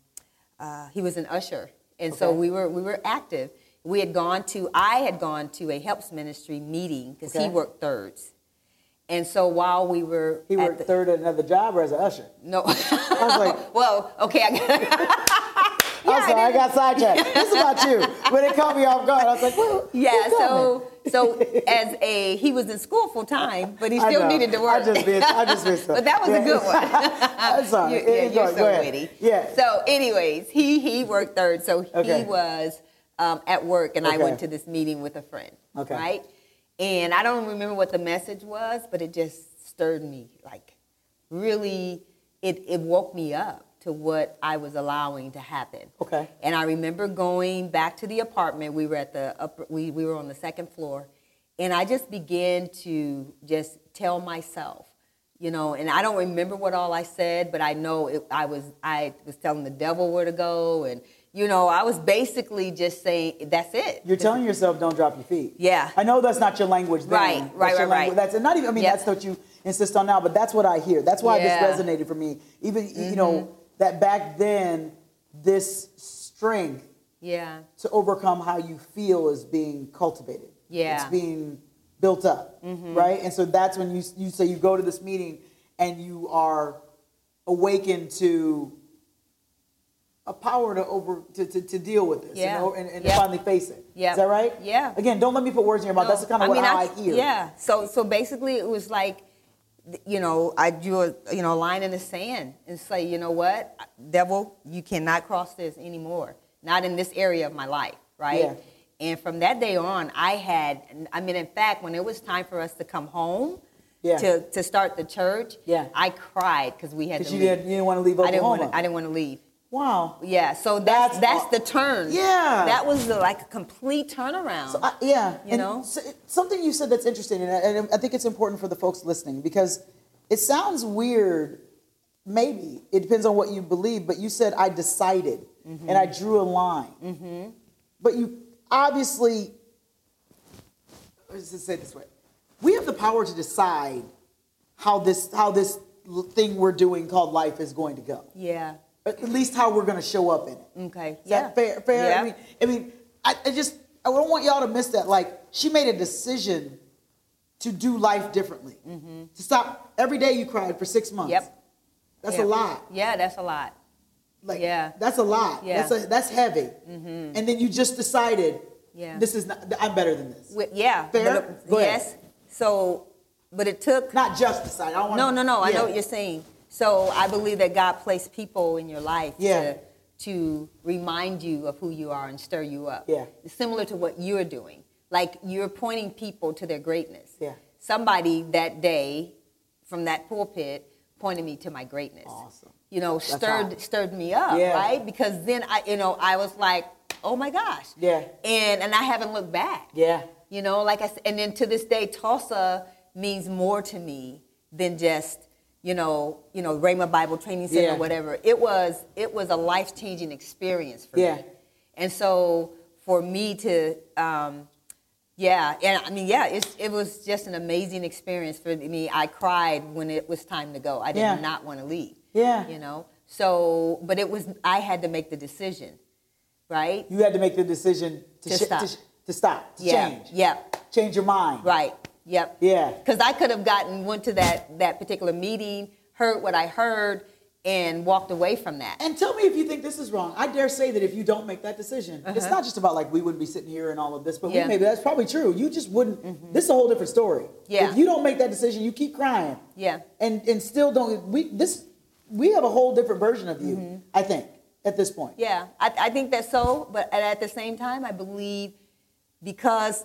uh, he was an usher, and so Okay. we were we were active. We had gone to I had gone to a helps ministry meeting because Okay. he worked thirds, and so while we were He at worked the- third at another job or as an usher. no I was like, well okay I got, I'm sorry, I, got sidetracked. this is about you. When it caught me off guard, I was like, well, yeah keep so so as a he was in school full time but he I still know. needed to work I just missed. I just missed. but that was a good one. I'm sorry. You- yeah, It- uh, you're go- so go ahead. witty. Yeah. So, anyways, he he worked third, so Okay. he was um, at work, and I Okay. went to this meeting with a friend. Okay. Right. And I don't remember what the message was, but it just stirred me. Like, really, it it woke me up to what I was allowing to happen. Okay. And I remember going back to the apartment. We were at the upper, we, we were on the second floor. And I just began to just tell myself, you know, and I don't remember what all I said, but I know it, I was I was telling the devil where to go and you know, I was basically just saying that's it. You're telling yourself, don't drop your feet. Yeah. I know that's not your language. Then. Right, That's right, right, your right. language- That's and not even. I mean, Yeah. that's what you insist on now, but that's what I hear. That's why Yeah. Mm-hmm. this resonated for me. Even you know that back then, this strength Yeah. to overcome how you feel is being cultivated. Yeah. Mm-hmm. It's being built up, right? And so that's when you you say you go to this meeting and you are awakened to a power to over to, to, to deal with this, Yeah. you know, and, and Yeah. to finally face it. Yeah. Is that right? Yeah. Again, don't let me put words in your mouth. That's No, kind of what mean, how I, hear. Yeah. So so basically, it was like, th- you know, I drew a you know line in the sand and say, you know what, devil, you cannot cross this anymore. Not in this area of my life, right? Yeah. And from that day on, I had. I mean, in fact, when it was time for us to come home. Yeah. To, to start the church, Yeah. I cried because we had to Because you leave. didn't, you didn't want to leave I didn't Oklahoma. want to, I didn't want to leave. wow. Yeah, so that's That's- that's, the turn. Yeah. that was the, like a complete turnaround. So I, Uh, yeah, You and know? so- something you said that's interesting, and I, and I think it's important for the folks listening because it sounds weird. Maybe it depends on what you believe, but you said I decided Mm-hmm. and I drew a line, but you obviously. Let's just say it this way: we have the power to decide how this how this l- thing we're doing called life is going to go, yeah. at least how we're going to show up in it. Okay. Is that fair? Fair. I mean, I mean, I, I just I don't want y'all to miss that. Like she made a decision to do life differently. To stop every day you cried for six months. Mm-hmm. Yep. That's Yeah. a lot. Yeah, that's a lot. Like Yeah. that's a lot. Yeah. Mm-hmm. That's a, that's heavy. And then you just decided, Yeah. this is not. I'm better than this. Wi- yeah. Fair? But it- Go ahead. yes. So, but it took. Not just decide. I don't want. No, no, no. I know what you're just saying. So I believe that God placed people in your life Yeah. to, to remind you of who you are and stir you up. Yeah. Similar to what you're doing. Like you're pointing people to their greatness. Yeah. Somebody that day from that pulpit pointed me to my greatness. Awesome. You know, stirred hot. stirred me up, Yeah. right? Because then I you know, I was like, "Oh my gosh." Yeah. And and I haven't looked back. Yeah. You know, like I said, and then to this day, Tulsa means more to me than just you know, you know, Rhema Bible Training Center, Yeah. whatever. It was it was a life changing experience for Yeah. me, and so for me to. Um, yeah, and I mean, yeah, it's, it was just an amazing experience for me. I cried when it was time to go. I did Yeah. not want to leave. Yeah. You know, so, but it was, I had to make the decision, right? You had to make the decision to To shi- stop. To, sh- to stop. To yeah. change. Yep. Change your mind. Right. Yep. Yeah. Because I could have gotten went to that that particular meeting, heard what I heard, and walked away from that. And tell me if you think this is wrong. I dare say that if you don't make that decision, it's not just about like we wouldn't be sitting here and all of this, but Uh-huh. Yeah. Mm-hmm. we maybe that's probably true. You just wouldn't. This is a whole different story. Yeah. If you don't make that decision, you keep crying. Yeah. And and still don't. We this we have a whole different version of you. I think at this point. Mm-hmm. Yeah, I, I think that's so, but at- at the same time, I believe because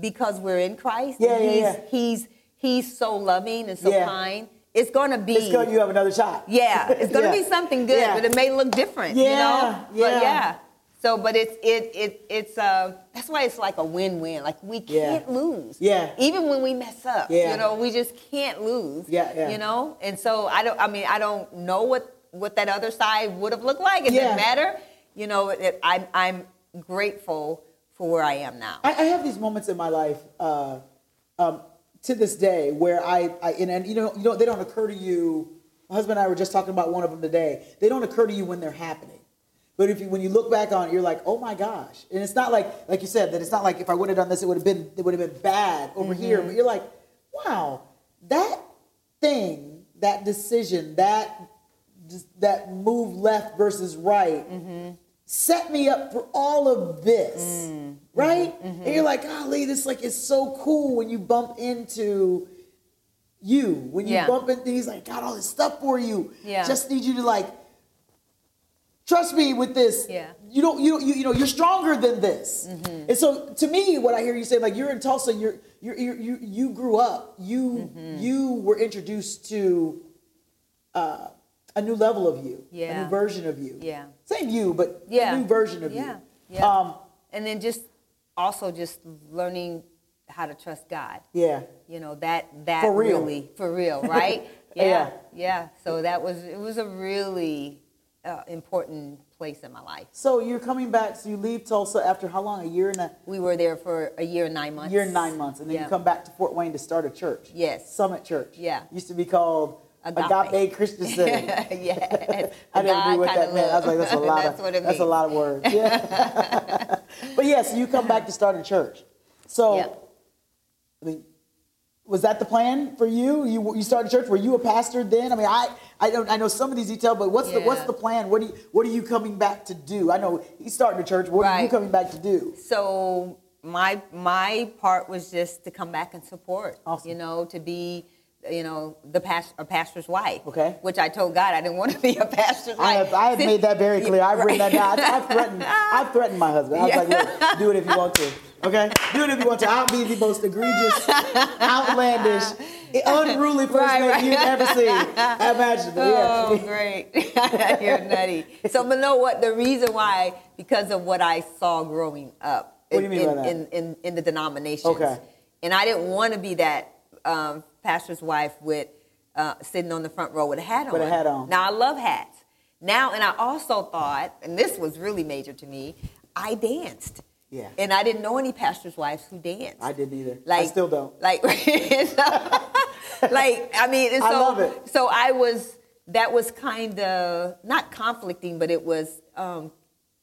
because we're in Christ, Yeah, yeah, he's, yeah. he's he's so loving and so Yeah. kind. It's gonna be It's good you have another shot. yeah, it's gonna Yeah. be something good, Yeah. but it may look different. Yeah, you know? yeah. But yeah. So, but it's it it it's uh that's why it's like a win-win. Like we Yeah. can't lose. Yeah. Even when we mess up, Yeah. you know, we just can't lose. Yeah, yeah. You know, and so I don't. I mean, I don't know what what that other side would have looked like. It Yeah. didn't matter. You know, it, I'm I'm grateful for where I am now. I, I have these moments in my life uh, um, to this day where I, I and, and you know, you know, they don't occur to you. My husband and I were just talking about one of them today. They don't occur to you when they're happening. But if you, when you look back on it, you're like, oh my gosh! And it's not like, like you said, that it's not like if I would have done this, it would have been, it would have been bad over here. But you're like, wow, that thing, that decision, that that move left versus right, set me up for all of this, Mm-hmm. right? And you're like, golly, this like is so cool when you bump into you, when you Yeah. bump into he's like, got all this stuff for you. Yeah. Just need you to like trust me with this. Yeah. Mm-hmm. You don't you you, you know, you're stronger than this. And so to me, what I hear you say, like you're in Tulsa, you're you're, you're you you grew up, you Mm-hmm. you were introduced to uh, a new level of you, a Yeah. new version of you. Yeah. Same you, but Yeah. a new version of Yeah, you. yeah. Um, and then just also just learning how to trust God. yeah. you know that that For real. really for real right Yeah. yeah, yeah so that was it was a really uh, important place in my life So you're coming back, so you leave Tulsa after how long? A year and a we were there for a year and nine months year and nine months, and then you Yeah. come back to Fort Wayne to start a church. Yes. Summit Church. Yeah. Used to be called Agape, Agape. Christian Center. yes I didn't God agree what kinda that meant. I was love. like, that's a lot That's of what it that's a means. lot of words. Yeah. but yes, you come back to start a church. So, Yeah. I mean, was that the plan for you? You you started a church? Were you a pastor then? I mean, I I don't I know some of these details, but what's the what's Yeah. the plan? What do you what are you coming back to do? I know he's starting a church. What are you Right. coming back to do? so my my part was just to come back and support Awesome. you know to be you know the past a pastor's wife Okay. which i told god i didn't want to be a pastor's I wife have, I have Since- made that very clear. I've written that Right. down. I, I threatened. I threatened my husband. I was Yeah. like, "Look, do it if you want to. Okay, do it if you want to. I'll be the most egregious, outlandish, unruly first Right, lady right. you've ever seen. Imaginable. Oh, Yeah. great. You're nutty. So, but no, what the reason why, because of what I saw growing up What do you mean in, by that? in, in, in the denominations. Okay. And I didn't want to be that um, pastor's wife with uh, sitting on the front row with a hat on. With a hat on. Now, I love hats. Now, and I also thought, and this was really major to me, I danced. Yeah. And I didn't know any pastor's wives who danced. I didn't either. Like I still don't. Like, like I mean, and I so love it. so I was that was kind of not conflicting, but it was um,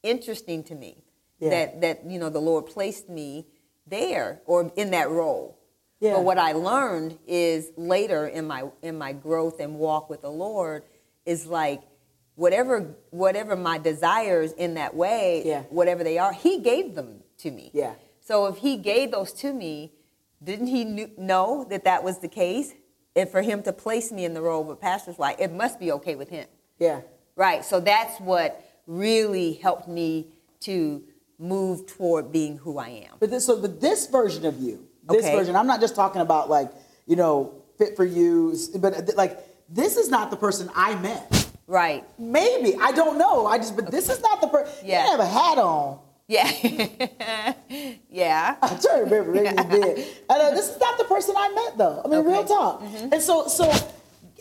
interesting to me Yeah. that that you know the Lord placed me there or in that role. Yeah. But what I learned is later in my in my growth and walk with the Lord is like whatever whatever my desires in that way, Yeah. whatever they are, He gave them to me. Yeah. So if he gave those to me, didn't he knew, know that that was the case? And for him to place me in the role of a pastor's wife, it must be okay with him. Yeah. Right. So that's what really helped me to move toward being who I am. But this, so but this version of you, this Okay. version, I'm not just talking about like, you know, fit for you, but uh, like, this is not the person I met. Right. Maybe I don't know. I just, but this is not the person. Yeah. You didn't have a hat on. Yeah. yeah. I'm trying to remember. Maybe you did. And uh, this is not the person I met, though. I mean, Okay. Mm-hmm. real talk. And so, so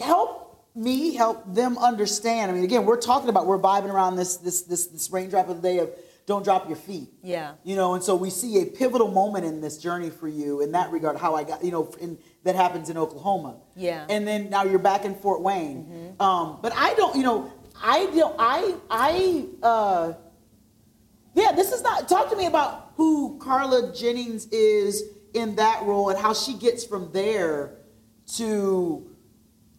help me help them understand. I mean, again, we're talking about we're vibing around this this this this raindrop of the day of don't drop your feet. Yeah. You know, and so we see a pivotal moment in this journey for you in that regard. How I got, you know, in, that happens in Oklahoma. Yeah. Mm-hmm. And then now you're back in Fort Wayne. Um, but I don't, you know, I don't, I I. Uh, yeah, this is not. Talk to me about who Carla Jennings is in that role and how she gets from there to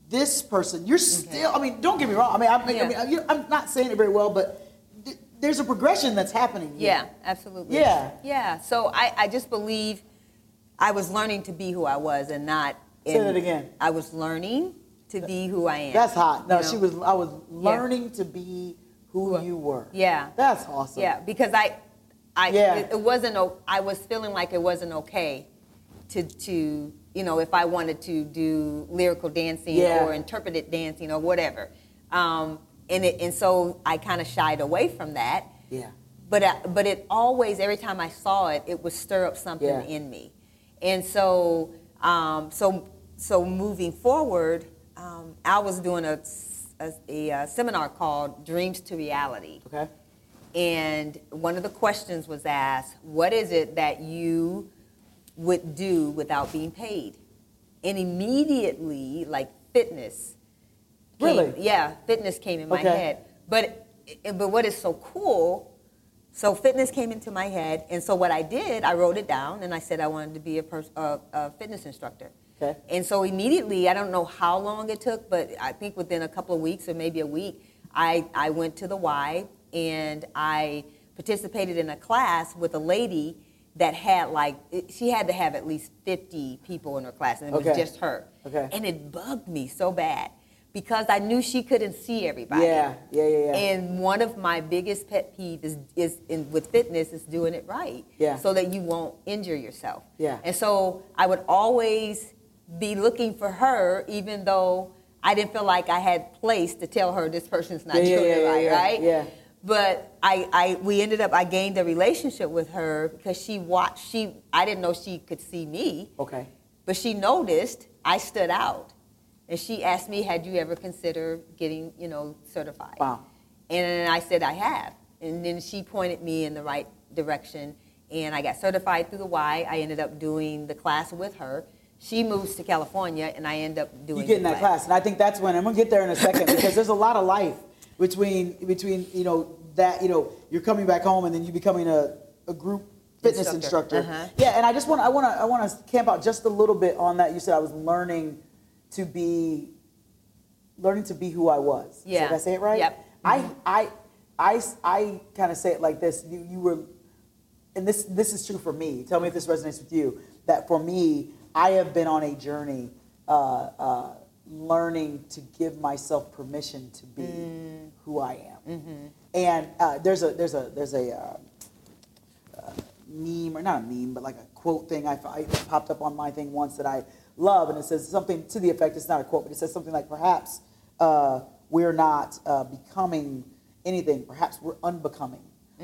this person. You're still. I mean, don't get me wrong. I mean, I, mean, I Yeah. mean, you- I'm not saying it very well, but th- there's a progression that's happening. here. Yeah, absolutely. Yeah. Yeah. So I, I just believe I was learning to be who I was and not. Say in- that again. I was learning to be who I am. That's hot. No, you know? she was. I was learning to be who you were. Yeah. That's awesome. Yeah, because I, I, Yeah. it, it wasn't. o- I was feeling like it wasn't okay to to you know if I wanted to do lyrical dancing Yeah. or interpreted dancing or whatever, um, and it, and so I kind of shied away from that. Yeah. But I, but it always every time I saw it, it would stir up something Yeah. in me, and so um, so so moving forward, um, I was doing a, s- a- a, uh seminar called Dreams to Reality. Okay. And one of the questions was asked, what is it that you would do without being paid? And immediately, like fitness. came- Really? yeah, fitness came in my Okay. head. But but what is so cool? So fitness came into my head, and so what I did, I wrote it down, and I said I wanted to be a, pers- a, a fitness instructor. Okay. And so immediately, I don't know how long it took, but I think within a couple of weeks or maybe a week, I, I went to the Y and I participated in a class with a lady that had like, it- she had to have at least 50 people in her class, and it was Okay. just her. Okay. And it bugged me so bad because I knew she couldn't see everybody. Yeah. Yeah. Yeah. Yeah. And one of my biggest pet peeves is, is in, with fitness is doing it right. Yeah. So that you won't injure yourself. Yeah. And so I would always be looking for her, even though I didn't feel like I had place to tell her this person's not Yeah, yeah, doing it yeah, right, yeah, right? yeah. But I, I, we ended up, I gained a relationship with her because she watched, she, I didn't know she could see me. okay. But she noticed I stood out. And she asked me, had you ever considered getting, you know, certified? Wow. And I said, I have. And then she pointed me in the right direction. And I got certified through the Y. I ended up doing the class with her. She moves to California, and I end up doing You get in the that class, and I think that's when I'm gonna get there in a second because there's a lot of life between between you know that you know you're coming back home and then you becoming a, a group fitness instructor. Instructor, uh-huh. Yeah, and I just want I want to I want to camp out just a little bit on that. You said I was learning to be learning to be who I was. Yeah. did I say it right? Yep. Mm-hmm. I I I I kind of say it like this. You you were and this this is true for me. Tell me if this resonates with you. That for me, I have been on a journey, uh, uh, learning to give myself permission to be Mm. who I Mm-hmm. am. And uh, there's a there's a there's a uh, meme or not a meme, but like a quote thing I, I popped up on my thing once that I love, and it says something to the effect. It's not a quote, but it says something like, "Perhaps uh, we're not uh, becoming anything. Perhaps we're unbecoming."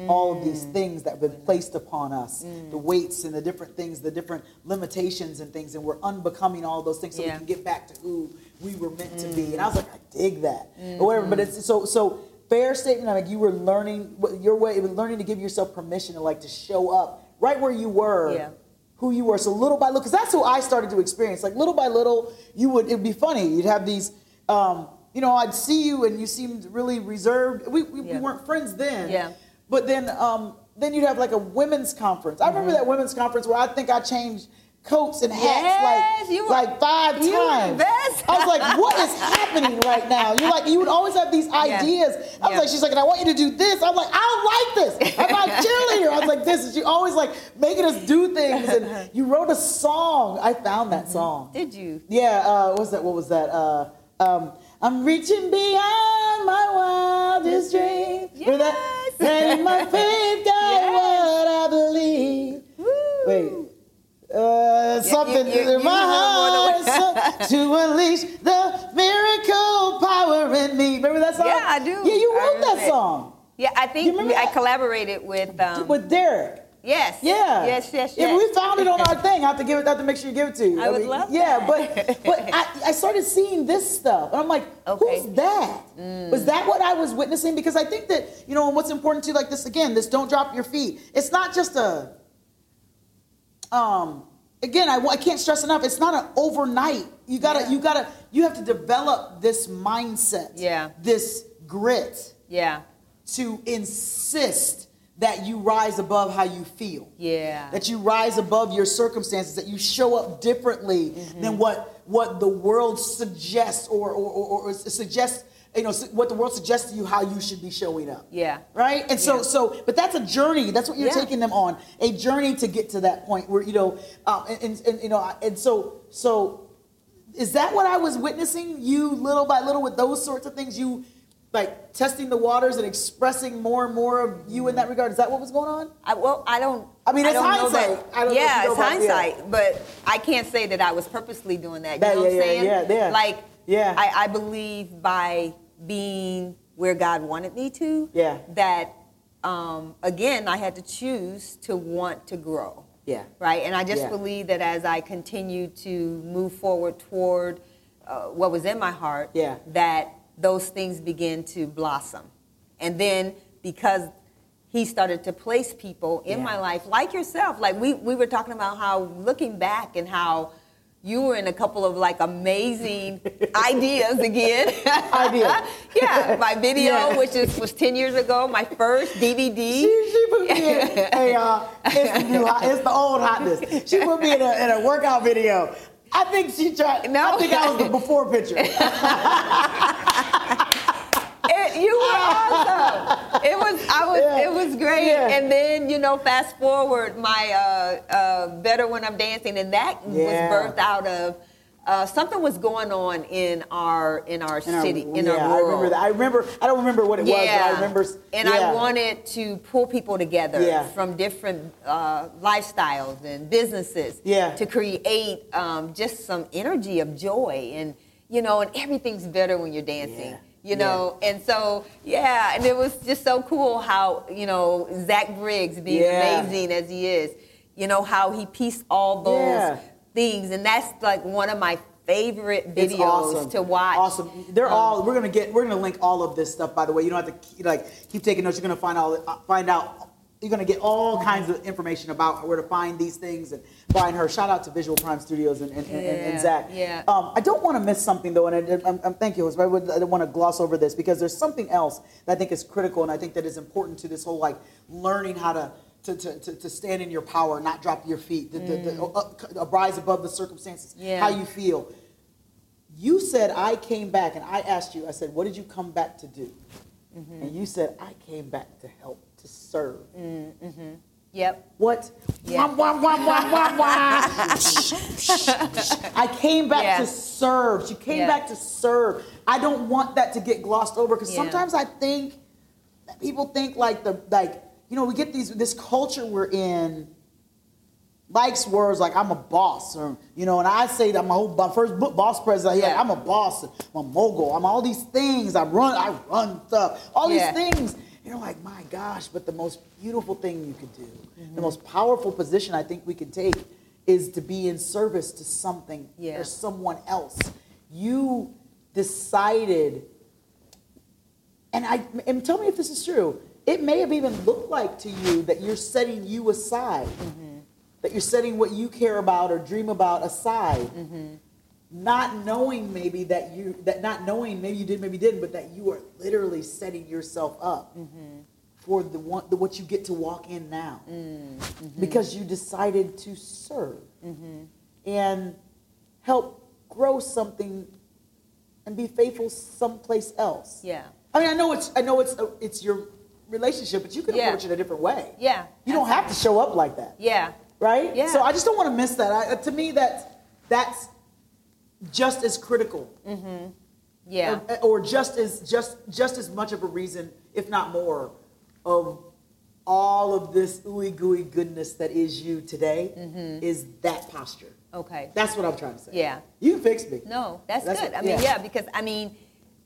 All of these things that have been placed upon us, the weights and the different things, the different limitations and things, and we're unbecoming all those things so Yeah. we can get back to who we were meant to be. And I was like, I dig that. Mm-hmm. Or whatever. But it's so so fair statement. Like you were learning what- your way, it was learning to give yourself permission to like to show up right where you were, Yeah. who you were. So little by little, because that's who I started to experience. Like little by little, you would. It'd be funny. You'd have these. Um, you know, I'd see you and you seemed really reserved. We we, we Yeah. weren't friends then. Yeah. But then um, then you'd have like a women's conference. I Mm-hmm. remember that women's conference where I think I changed coats and hats Yes, like you were- like five you were times. the best. I was like, what is happening right now? You're like, you would always have these ideas. I was Yeah. like, she's like, and I want you to do this. I'm like, I don't like this. I'm not a cheerleader. I was like, this is you always like making us do things. And you wrote a song. I found that song. Did you? Yeah, uh, what was that? What was that? Uh, um, I'm reaching beyond my wildest dreams. Remember that? Yes. Letting my faith guide Yes. what I believe. Wait. Uh, something you- you in my heart remember so- to unleash the miracle power in me. Remember that song? Yeah, I do. Yeah, you I wrote that remember it. song Yeah, I think remember we- I that? collaborated with. Um, with Derek. yes. Yeah. Yes. Yes. Yes. Yeah, but we found it on our thing. I have to give it. I have to make sure you give it to you. I would love Yeah, that. but but I, I started seeing this stuff, and I'm like, Okay. Mm. who's that? Was that what I was witnessing? Because I think that you know, and what's important to like this again, this don't drop your feet. It's not just a. Um. Again, I, I can't stress enough. It's not an overnight. You gotta. Yeah. You gotta. You have to develop this mindset. Yeah. This grit yeah. to insist that you rise above how you feel. Yeah. That you rise above your circumstances, that you show up differently Mm-hmm. than what what the world suggests or or, or, or suggests, you know, su- what the world suggests to you how you should be showing up. Yeah. Right? And so Yeah. so but that's a journey. That's what you're Yeah. taking them on. A journey to get to that point where, you know, um, and, and, and you know, I- and so so is that what I was witnessing? You little by little with those sorts of things, you like testing the waters and expressing more and more of you Mm-hmm. in that regard. Is that what was going on? I, well, I don't. I mean, it's don't know that- hindsight. I don't know if yeah, you know it's about- yeah. hindsight, but I can't say that I was purposely doing that. You That- know what I'm yeah, yeah, saying? yeah, yeah. Like, Yeah. I, I believe by being where God wanted me to, Yeah. that um, again, I had to choose to want to grow. Yeah. Right? And I just Yeah. believe that as I continue to move forward toward uh, what was in my heart, Yeah. that those things begin to blossom. And then because he started to place people in Yeah. my life, like yourself, like we, we were talking about how looking back and how you were in a couple of like amazing ideas again. Ideas. yeah, my video, Yeah. which is, was 10 years ago, my first DVD. She, she put me in a, uh, it's, the new hot, it's the old hotness. She put me in a, in a workout video. I think she tried, No. I think I was the before picture. It, you were awesome. It was I was Yeah. it was great. Yeah. And then you know, fast forward, my uh, uh, better when I'm dancing, and that Yeah. was birthed out of. Uh, something was going on in our in our And I- city in yeah, our I world. remember that. I remember, I don't remember what it was, but I remember. s- And yeah. I wanted to pull people together Yeah. from different uh, lifestyles and businesses Yeah. to create um, just some energy of joy. And, you know, and everything's better when you're dancing. Yeah. You know, and so yeah, and it was just so cool how you know Zach Briggs being Yeah. amazing as he is, you know how he pieced all those Yeah. things, and that's like one of my favorite videos It's awesome. to watch. Awesome. They're Um, all. We're gonna get. We're gonna link all of this stuff. By the way, you don't have to keep, like keep taking notes. You're gonna find all. uh, Find out. You're gonna get all kinds of information about where to find these things and find her. Shout out to Visual Prime Studios and, and, and, and Yeah, Zach. yeah. Um, I don't want to miss something though, and I, I'm, I'm, thank you. Jose. I would- I don't want to gloss over this because there's something else that I think is critical, and I think that is important to this whole like learning how to. To, to, to, to stand in your power, not drop your feet, to, to- to up- uh, rise above the circumstances, Yeah. how you feel. You said I came back and I asked you, I said, what did you come back to do? And you said, I came back to help, to serve. Yep. What? Yeah. Wah, wah, wah, wah, wah, wah. I came back Yeah. to serve. She came Yeah. back to serve. I don't want that to get glossed over because Yeah. sometimes I think that people think like the like you know we get these this culture we're in likes words like I'm a boss or you know and I say that my whole my first book boss president yeah Yeah. I'm a boss I'm a mogul I'm all these things I run I run stuff all Yeah. these things and you're like my gosh but the most beautiful thing you could do the most powerful position I think we could take is to be in service to something Yeah. or someone else you decided and I and tell me if this is true. It may have even looked like to you that you're setting you aside, that you're setting what you care about or dream about aside, not knowing maybe that you that not knowing maybe you did maybe you didn't, but that you are literally setting yourself up Mm-hmm. for the one the what you get to walk in now Mm-hmm. because you decided to serve Mm-hmm. and help grow something and be faithful someplace else. Yeah. I mean, I know it's I know it's uh, it's your relationship, but you can Yeah. approach it a different way. Yeah. You don't have to show up like that, Yeah. right? Yeah. So I just don't want to miss that. I, to me, that's that's just as critical, Yeah. or, or just as just just as much of a reason, if not more, of all of this ooey gooey goodness that is you today is that posture. Okay. That's what I'm trying to say. Mm-hmm. Yeah. You can fix me. No, that's, That's good. it, I mean, yeah. yeah. because I mean,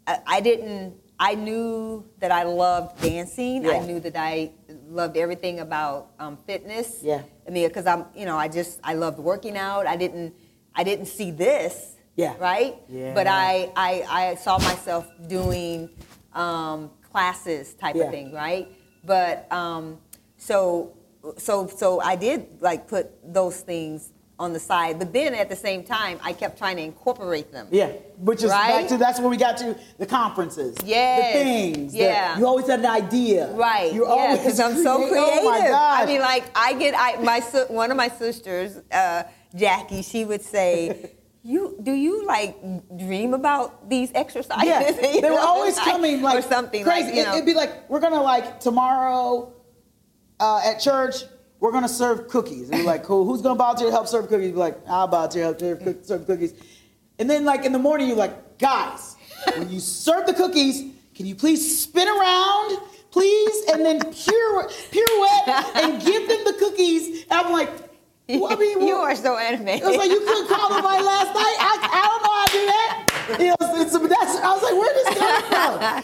I, I didn't. I knew that I loved dancing. Yeah. I knew that I loved everything about um, fitness. Yeah. I mean, because I'm, you know, I just I loved working out. I didn't. I didn't see this. Yeah. Right. Yeah. But I I, I saw myself doing um, classes type Yeah. of thing. Right. But um, so so so I did like put those things on the side. But then at the same time, I kept trying to incorporate them. Yeah, which is back Right? to that's where we got to the conferences, Yes, the things. the- yeah. you always had an idea, Right. You're yeah, always because I'm so creating- creative. Oh my gosh. I mean, like I get I my si- one of my sisters, uh, Jackie. She would say, "You do you like dream about these exercises?" yeah, You they were know, always coming like or something crazy. Like, you It- know. It'd be like we're gonna like tomorrow uh, at church. We're gonna serve cookies. And we're like, cool. Who's gonna volunteer to help serve cookies? We're like, I'll volunteer to help serve, cook- serve cookies. And then like in the morning, you're like, guys, when you serve the cookies, can you please spin around, please, and then pure, pirouette and give them the cookies? And I'm like, well, I mean, you well- are so animated. it was like you couldn't call nobody last night. I, I don't know how I do that. You know, so- so that's, I was like, where did this come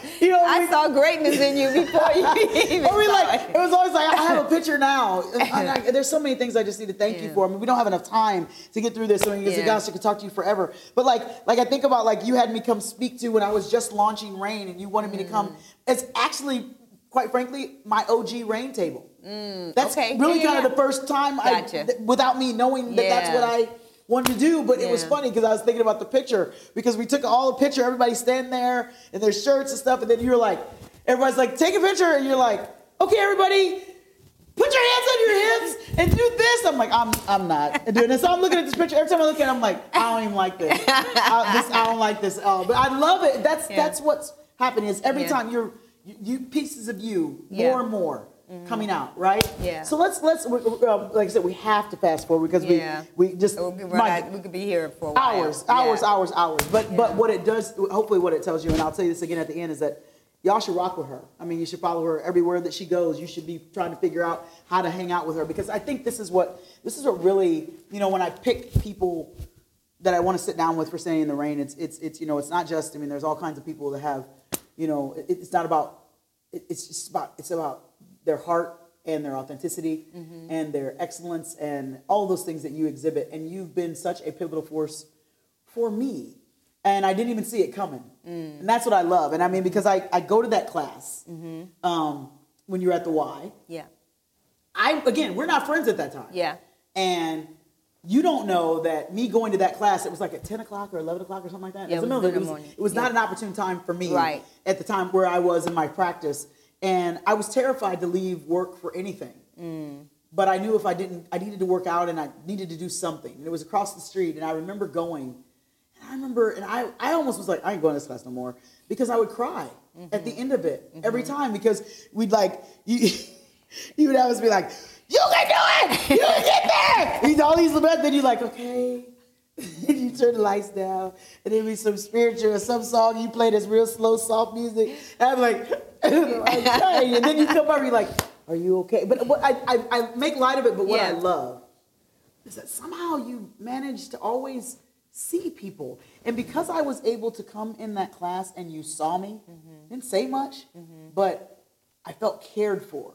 from? You know, I we- saw greatness in you before you even. or we saw like, it. it was always like, I have a picture now. And I- I- there's so many things I just need to thank you Yeah. for. I mean, we don't have enough time to get through this. So, because Yeah. gosh, I could talk to you forever. But like, like I think about like you had me come speak to when I was just launching Rain, and you wanted me to Mm. come. It's actually, quite frankly, my OG Rain table. That's Mm, okay. really Yeah, yeah, kind of yeah. the first time I, Gotcha. th- without me knowing that that's Yeah. what I wanted to do. But it was Yeah. funny because I was thinking about the picture because we took all the picture, everybody standing there in their shirts and stuff, and then you're like, everybody's like, take a picture, and you're like, okay, everybody. Put your hands on your hips and do this. I'm like, I'm, I'm not doing this. So I'm looking at this picture. Every time I look at it, I'm like, I don't even like this. I, this I don't like this at all. But I love it. That's Yeah. that's what's happening. Is every Yeah. time you're you, you pieces of you Yeah. more and more coming out, right? Yeah. So let's let's we- we- um, like I said, we have to fast forward because Yeah. we we just So we could run my- out- we could be here for a while. hours, hours, Yeah. hours, hours. But but Yeah. what it does, hopefully, what it tells you, and I'll tell you this again at the end, is that y'all should rock with her. I mean, you should follow her everywhere that she goes. You should be trying to figure out how to hang out with her because I think this is what this is what really you know when I pick people that I want to sit down with for standing in the rain. It's it's it's you know it's not just I mean there's all kinds of people that have you know it, it's not about it, it's just about it's about their heart and their authenticity and their excellence and all those things that you exhibit and you've been such a pivotal force for me and i didn't even see it coming and that's what i love and i mean because i, I go to that class um, when you're at the y Yeah. i again we're not friends at that time Yeah. and you don't know that me going to that class, it was like at 10 o'clock or 11 o'clock or something like that. Yeah, It was it the was in the middle of it. It was, morning. it was not Yeah. an opportune time for me Right. at the time where I was in my practice. And I was terrified to leave work for anything. Mm. But I knew if I didn't, I needed to work out and I needed to do something. And it was across the street. And I remember going. And I remember, and I, I almost was like, I ain't going to this class no more because I would cry at the end of it every time because we'd like, you, you would always be like, you can do it! You can get there! And all these, but then you're like, okay. And you turn the lights down, and there'd be some spiritual or some song you play that's real slow, soft music. And I'm like, okay. And then you come over, you're like, are you okay? But what I, I, I make light of it, but what I Yeah. love is that somehow you manage to always see people. And because I was able to come in that class and you saw me, didn't say much, but I felt cared for.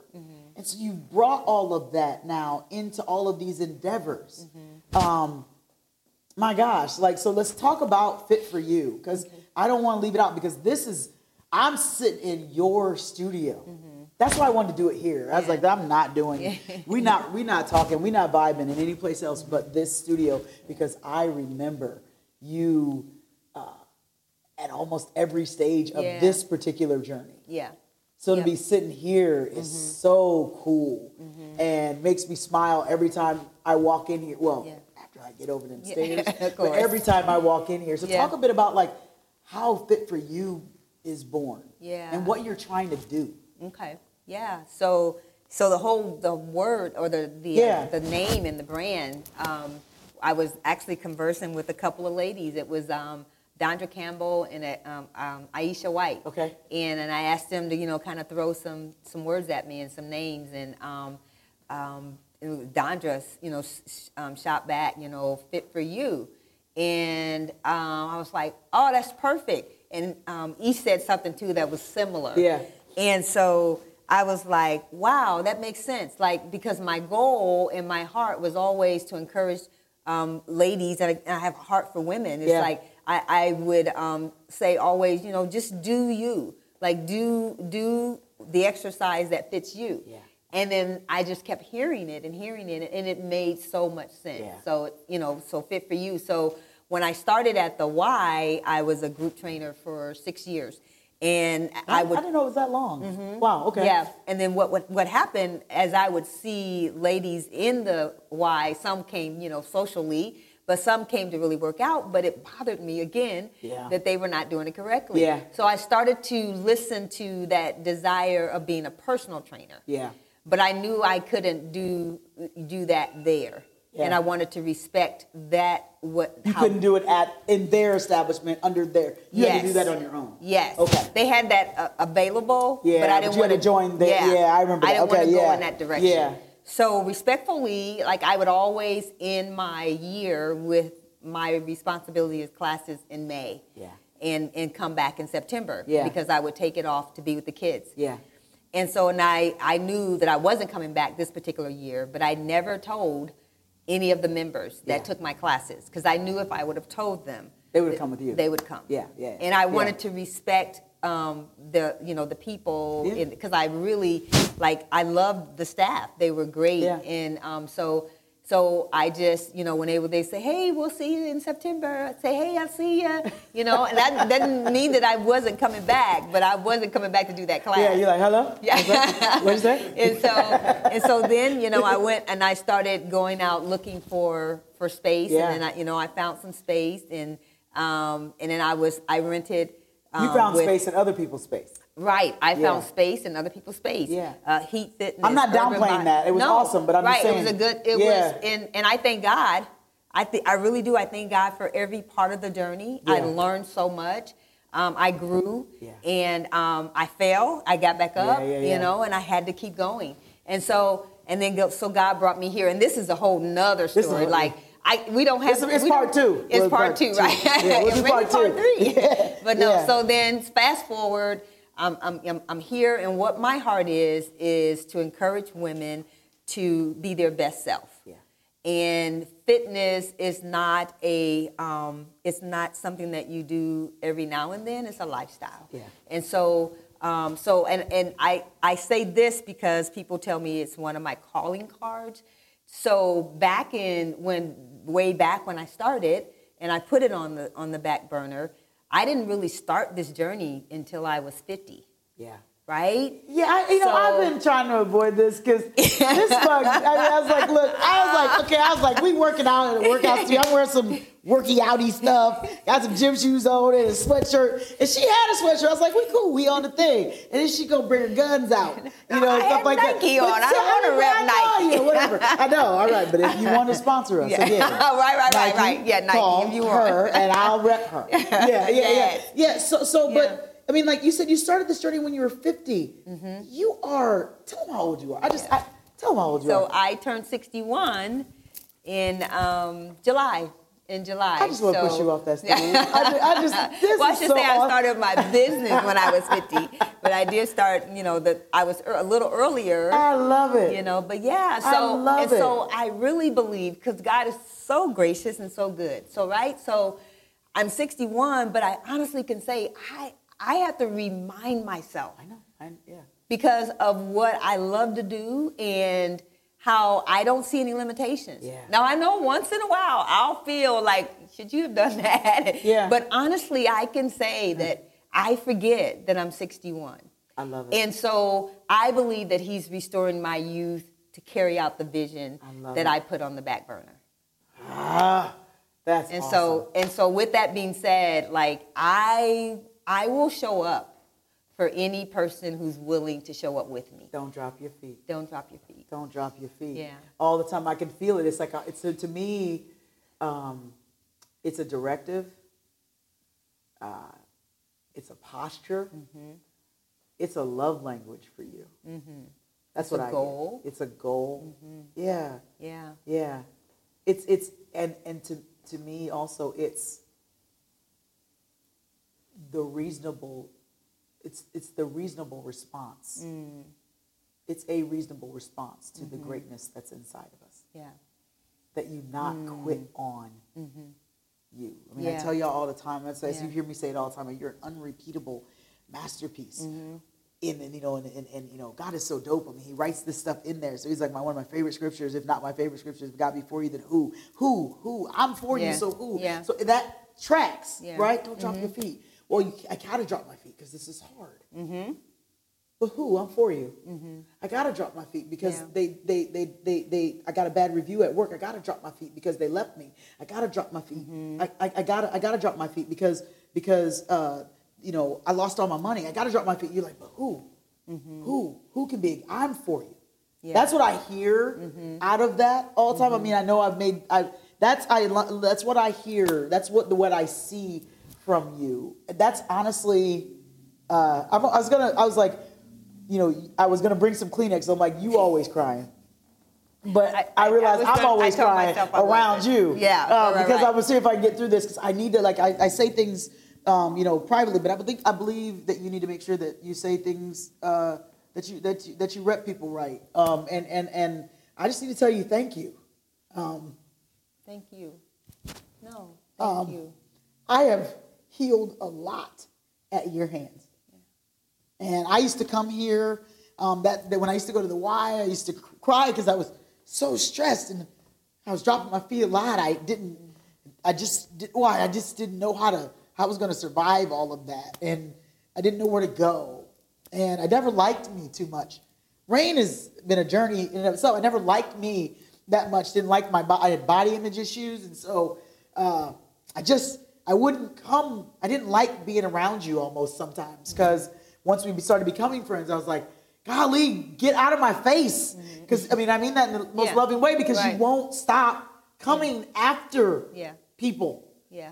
And so you brought all of that now into all of these endeavors. Um, my gosh, like, so let's talk about Fit for You because I don't want to leave it out because this is, I'm sitting in your studio. That's why I wanted to do it here. I was like, I'm not doing it. We not we not talking. We not vibing in any place else but this studio because I remember you uh, at almost every stage of Yeah. this particular journey. Yeah. So Yep. Mm-hmm. to be sitting here is so cool and makes me smile every time I walk in here. Well, Yeah. after I get over them Yeah, stairs, of but course. every time I walk in here. So Yeah. talk a bit about like how Fit for You is born. Yeah. And what you're trying to do. Okay. Yeah. So so the whole the word or the the, uh, Yeah. the name and the brand. Um, I was actually conversing with a couple of ladies. It was um, Dondra Campbell and uh, um, um, Aisha White. Okay. And and I asked them to you know kind of throw some some words at me and some names and. Um, um, it was Dondra, you know, s- s- um, shot back, you know, fit for you. And um, I was like, oh, that's perfect. And um, E said something too that was similar. Yeah. And so I was like, wow, that makes sense. Like, because my goal in my heart was always to encourage um, ladies, and I, and I have a heart for women. It's Yeah. like, I, I would um, say always, you know, just do you. Like, do, do the exercise that fits you. Yeah. And then I just kept hearing it and hearing it, and it made so much sense. Yeah. So, you know, so fit for you. So, when I started at the Y, I was a group trainer for six years. And I would Mm-hmm. I didn't know it was that long. Wow. Okay. yeah, and then what, what what happened as I would see ladies in the Y, some came, you know, socially, but some came to really work out. But it bothered me again Yeah. that they were not doing it correctly. Yeah. So I started to listen to that desire of being a personal trainer. Yeah. But I knew I couldn't do do that there, and Yeah. I wanted to respect that. What You couldn't do it at in their establishment under their. You had to do Yes. that on your own. Yes. Okay. They had that uh, available, Yeah, but I but didn't you want had to join the- yeah, I remember I that. didn't Okay, want to go yeah. in that direction. Yeah. So respectfully, like I would always end my year with my responsibility as classes in May. Yeah. And and come back in September. Yeah. Because I would take it off to be with the kids. Yeah. And so, and I, I knew that I wasn't coming back this particular year, but I never told any of the members that Yeah. took my classes because I knew if I would have told them, They would've th- come with you. They would come. Yeah, yeah, And I yeah. wanted to respect um, the, you know, the people Yeah. because I really like I loved the staff. They were great, Yeah. and um, so. So I just, you know, when they would they say, "Hey, we'll see you in September," I'd say, "Hey, I'll see you," you know, and that doesn't mean that I wasn't coming back, but I wasn't coming back to do that class. Yeah. You're like, hello. Yeah. What is that? and so and so then you know I went and I started going out looking for for space Yeah. and then I, you know I found some space and um, and then I was I rented. Um, You found with- space in other people's space. Right, I found Yeah. space in other people's space. Yeah. uh, heat fitness. I'm not Urban downplaying Body- that. It was No, awesome, but I'm just right. it was a saying, good. It yeah. was, and and I thank God. I think I really do. I thank God for every part of the journey. I Yeah. learned so much. Um, I grew, Yeah. and um, I fell. I got back up. yeah, yeah. You know, and I had to keep going. And so, and then go, so God brought me here. And this is a whole nother is a story. whole- like. I, we don't have It's- it's we don't- part two. It's Well, part, part two, two. right? Yeah, this is It's really part two. three. Yeah. But no, Yeah. so so then fast forward I'm, I'm, I'm, I'm here and what my heart is is to encourage women to be their best self Yeah. and fitness is not a um, it's not something that you do every now and then it's a lifestyle Yeah. and so um, so and, and I, I say this because people tell me it's one of my calling cards so back in when way back when i started and i put it on the on the back burner i didn't really start this journey until i was 50 Yeah. right Yeah, I, you know, I've So- been trying to avoid this because this bug. I, mean, I was like, look, I was like, okay, I was like, we working out at a workout studio. I'm wearing some worky outy stuff. Got some gym shoes on and a sweatshirt. And she had a sweatshirt. I was like, we cool, we on the thing. And then she gonna bring her guns out, you know, I stuff had like Nike that. on. I don't wanna rep I know, Nike. Yeah, whatever. I know. All right, but if you want to sponsor us, Yeah. again, Right, right, right, right. Yeah, Nike, call if you want. her and I'll rep her. Yeah, yeah, Yes. yeah. Yeah. So, so, Yeah. but. I mean, like you said, you started this journey when you were 50. Mm-hmm. You are, tell them how old you are. I just, I, tell them how old you So are. I turned 61 in um, July. In July. I just want to so, push you off that stage. I, ju- I just, this well, I is should so say I awesome. started my business when I was 50, but I did start, you know, that I was ear- a little earlier, I love it. you know. But yeah, so I love and it. so I really believe because God is so gracious and so good. So right, so I'm 61, but I honestly can say I I have to remind myself I know. I, yeah. because of what I love to do and how I don't see any limitations. Yeah. Now I know once in a while I'll feel like should you have done that? Yeah. But honestly, I can say that I forget that I'm 61. I love it. And so I believe that he's restoring my youth to carry out the vision I love that it. I put on the back burner. ah, that's And awesome. so and so with that being said, like I I will show up for any person who's willing to show up with me. Don't drop your feet. Don't drop your feet. Don't drop your feet. Yeah. All the time. I can feel it. It's like, a- it's a, to me, um, it's a directive. Uh, it's a posture. Mm-hmm. It's a love language for you. That's It's what a I get. goal. Mm-hmm. It's a goal. Yeah. Yeah. Yeah. It's, it's, and, and to, to me also, it's the reasonable, it's, it's the reasonable response. It's a reasonable response to the greatness that's inside of us Yeah. that you not quit on you. I mean, I Mm. Mm-hmm. Yeah. tell y'all all the time. That's as you Yeah. Mm-hmm. hear me say it all the time. You're an unrepeatable masterpiece. in and you know and, and, and you know God is so dope. I mean, He writes this stuff in there. So He's like my one of my favorite scriptures, if not my favorite scriptures. God before you, then who, who, who? I'm for you, Yeah. so who? Yeah. So that tracks, Yeah. Mm-hmm. right? Don't drop your feet. Well, you, I gotta drop my feet because this is hard. But who? I'm for you. I gotta drop my feet because Mm-hmm. Yeah. they, they, they, they, they, I got a bad review at work. I gotta drop my feet because they left me. I gotta drop my feet. Mm-hmm. I, I, I gotta, I gotta drop my feet because, because, uh, you know, I lost all my money. I gotta drop my feet. You're like, but who? Who? Who can be? I'm for you. Mm-hmm. Yeah. Mm-hmm. That's what I hear out of that all the time. I mean, I know I've made. I that's I. lo- That's what I hear. That's what the what I see from you. That's honestly. Uh, I'm, I was gonna. I was like, you know, I was gonna bring some Kleenex. I'm like, you always crying. But I, I- I- I realized was I'm gonna- I always told crying myself I around wasn't. you. Yeah, uh, right, right, because right. I was see if I can get through this because I need to like I, I say things um, you know privately, but I think I believe that you need to make sure that you say things uh, that you that you that you rep people right. Um, and and and I just need to tell you thank you. Um, Thank you. No, thank Um, you. I have healed a lot at your hands. And I used to come here. Um, that, that when I used to go to the Y, I used to cr- cry because I was so stressed and I was dropping my feet a lot. I didn't. I just did, why I just didn't know how to how I was going to survive all of that, and I didn't know where to go, and I never liked me too much. Rain has been a journey in and of itself. I never liked me that much. Didn't like my body. I had body image issues, and so uh, I just I wouldn't come. I didn't like being around you almost sometimes because once we started becoming friends, I was like, "Golly, get out of my face!" Because I mean, I mean that in the most Mm-hmm. Yeah. loving way because you Right. won't stop coming after Yeah. people. Yeah,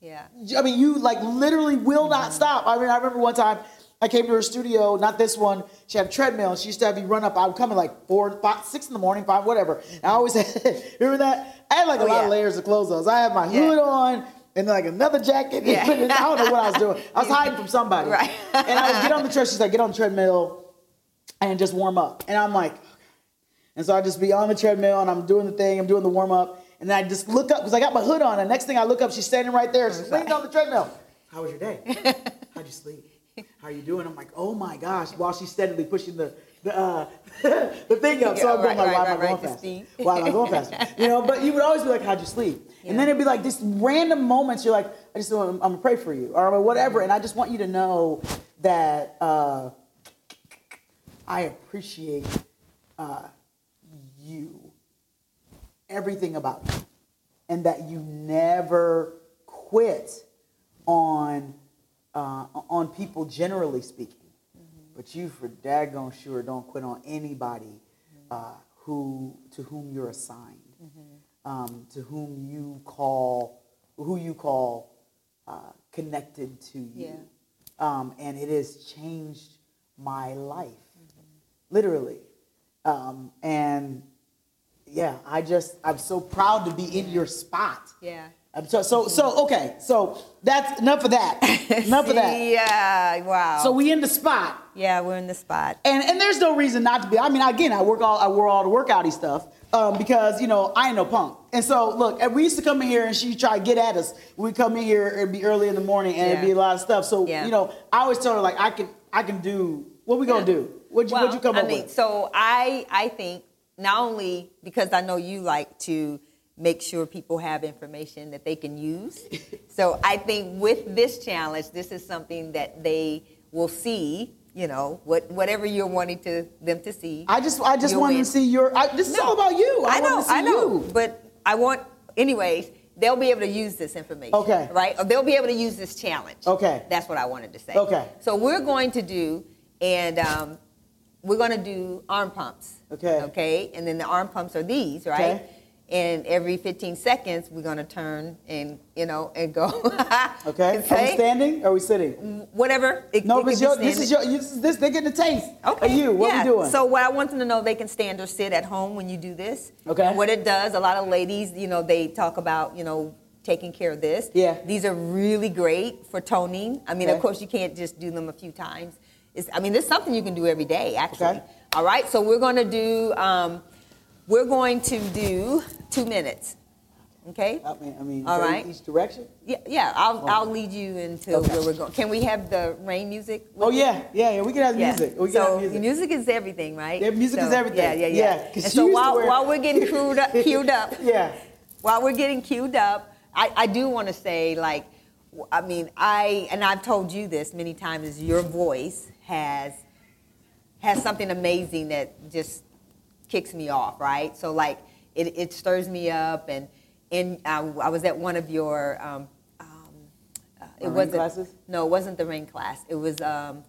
yeah. I mean, you like literally will not stop. I mean, I remember one time I came to her studio, not this one. She had a treadmill. and She used to have me run up. I would come at like four, five, six in the morning, five, whatever. And I always had, remember that? I had like a Oh, lot yeah. of layers of clothes on. So I had my Yeah. hood on and like another jacket. Yeah. I don't know what I was doing. I was hiding from somebody. Right. and I would get on the treadmill. She's like, get on the treadmill and just warm up. And I'm like, and so I just be on the treadmill and I'm doing the thing, I'm doing the warm up, and then I just look up because I got my hood on. And next thing I look up, she's standing right there. She's leaning on the treadmill. How was your day? How'd you sleep? How are you doing? I'm like, oh my gosh, while she's steadily pushing the the, uh, the thing up. So Yeah, I'm right, going like, why right, am I right, going right, faster? just see. Why am I going faster? You know, but you would always be like, how'd you sleep? And then it'd be like this random moments. You're like, I just, I'm, I'm gonna pray for you or whatever. And I just want you to know that uh, I appreciate uh, you, everything about you, and that you never quit on uh, on people generally speaking. But you, for daggone sure, don't quit on anybody uh, who to whom you're assigned, um, to whom you call, who you call uh, connected to you Yeah. um, and it has changed my life, literally. Um, and yeah, I just I'm so proud to be in your spot. Yeah. I'm so so so okay. So that's enough of that. enough of that. Yeah, wow. So we in the spot. yeah, we're in the spot. And, and there's no reason not to be. I mean, again, I work all I wore all the workouty stuff um, because you know I ain't no punk. And so look, and we used to come in here and she try to get at us. We come in here it'd be early in the morning and it'd Yeah. be a lot of stuff. So Yeah. you know, I always tell her like I can I can do what we gonna do. What you Well, what you come I up mean, with? So I, I think not only because I know you like to make sure people have information that they can use. so I think with this challenge, this is something that they will see. You know, what whatever you're wanting to them to see. I just I just you'll wanted win. to see your. I, this is all about you. I, wanted know, to see I know. you. But I want, anyways, they'll be able to use this information. Okay. Right? Or they'll be able to use this challenge. Okay. That's what I wanted to say. Okay. So we're going to do, and um, we're going to do arm pumps. Okay. Okay. And then the arm pumps are these, right? Okay. And every 15 seconds, we're going to turn and, you know, and go. Okay, and are we say standing? Or are we sitting? Whatever. It- No, it could but be your, this standing. is your. you- This, is- this they're getting a taste. Okay. Of you, what yeah. we doing? So what I want them to know, they can stand or sit at home when you do this. Okay. And what it does, a lot of ladies, you know, they talk about, you know, taking care of this. Yeah. These are really great for toning. I mean, Okay. of course, you can't just do them a few times. It's, I mean, this is something you can do every day, actually. Okay. All right. So we're going to do, um, we're going to do two minutes. Okay? I mean, I mean, All go right. each direction. Yeah, yeah. I'll, I'll lead you into Okay. where we're going. Can we have the rain music? with Oh it? yeah, yeah, yeah. We can have Yeah. music. We can so have music. is everything, right? Yeah, music is So, everything. Yeah, yeah, yeah. Yeah, 'cause and she so used to while, wear- while we're getting queued up, queued up Yeah. while we're getting queued up, I, I do want to say, like, w- I mean, I and I've told you this many times is your voice has has something amazing that just kicks me off, right? So like, it, it stirs me up, and and I, I was at one of your um, um, uh, it Marine wasn't classes? no, it wasn't the rain class. It was um,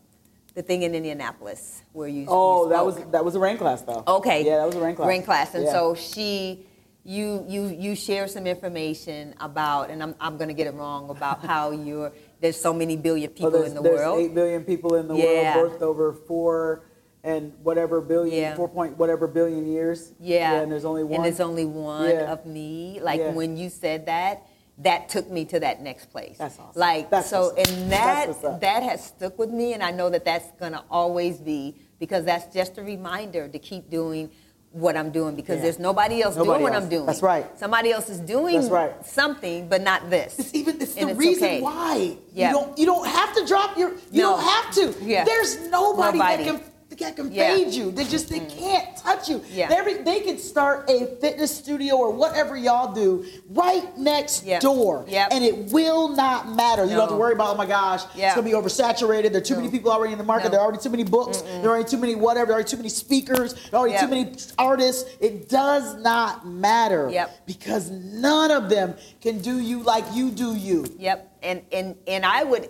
the thing in Indianapolis where you you Oh, that was spoke. that was a rain class though. Okay. Yeah, that was a rain class. Rain class, and Yeah. so she, you, you, you share some information about, and I'm, I'm gonna get it wrong about how you're. There's so many billion Oh, people there's, in the there's world. eight billion people in the Yeah. world birthed over four and whatever billion, Yeah. four point whatever billion years. yeah. and there's only one. And there's only one Yeah. of me. Like Yeah. when you said that, that took me to that next place. That's awesome. Like That's so, what's up. and That's that what's up. that has stuck with me, and I know that that's gonna always be because that's just a reminder to keep doing what I'm doing because Yeah. there's nobody else Nobody doing what else. I'm doing. That's right. Somebody else is doing That's right. something, but not this. It's even it's And the reason okay. why Yeah. you don't you don't have to drop your you No. don't have to. Yeah. There's nobody, Nobody. that can that can Yeah. fade you. They just they can't touch you. Yeah. They, they can start a fitness studio or whatever y'all do right next Yep. door, Yep. and it will not matter. You don't have to No. worry about oh my gosh, Yeah. it's gonna be oversaturated. There are too many No. people already in the market. No. There are already too many books. There are already too many whatever. There are already too many speakers. There are already too Yep. many artists. It does not matter Yep. because none of them can do you like you do you. Yep, and and and I would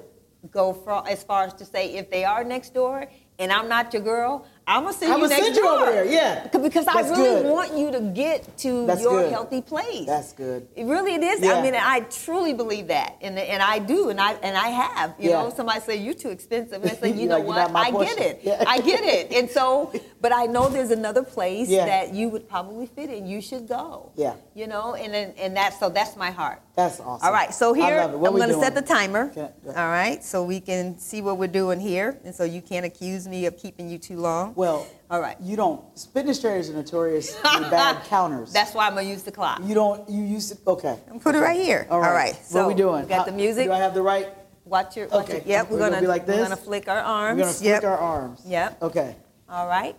go far, as far as to say if they are next door and I'm not your girl, I'm gonna send I'm you gonna next send you door. over there, yeah. Because- because I That's really good. want you to get to That's your good. healthy place. That's good. It really it is. Yeah. I mean, I truly believe that, and and I do, and I and I have. You Yeah. know, somebody say you're too expensive, and I say, you You're know like, "You're what, not my I portion." get it, Yeah. I get it, and so, but I know there's another place Yeah. that you would probably fit in. You should go. Yeah. You know, and and, and that's so that's my heart. That's awesome. All right, so I here love it. What I'm we going to doing? set the timer. Can I- All right, so we can see what we're doing here, and so you can't accuse me of keeping you too long. Well, all right. You don't. Fitness trainers are notoriously bad counters. That's why I'm going to use the clock. you don't. You used to. Okay. And put it right here. All right. All right, what so are we doing? we got the How- music. Do I have the right? Watch your. Watch Okay. Your, yep, we're, We're gonna going be to like We're this? going to flick our arms. We're gonna flick yep. our arms. Yep. Okay. All right.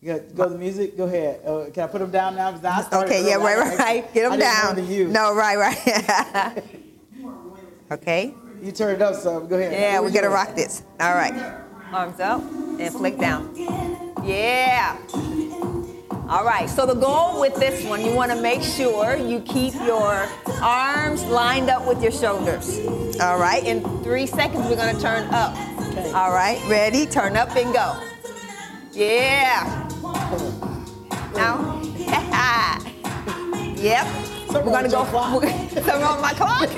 You got, go to the music. Go ahead. Uh, can I put them down now? Because I started Okay. Yeah. early. Right. I- Right. I- right. Get I them just down. wanted You. No. Right. Right. okay. You turned up some. Go ahead. Yeah, What we're you gonna doing? rock this. All right. Arms up and flick down. Yeah. All right, so the goal with this one, you wanna make sure you keep your arms lined up with your shoulders. All right, in three seconds, we're gonna turn up. All right, ready? Turn up and go. Yeah. Now. yep. Something we're gonna with go. your clock. Something on my clock.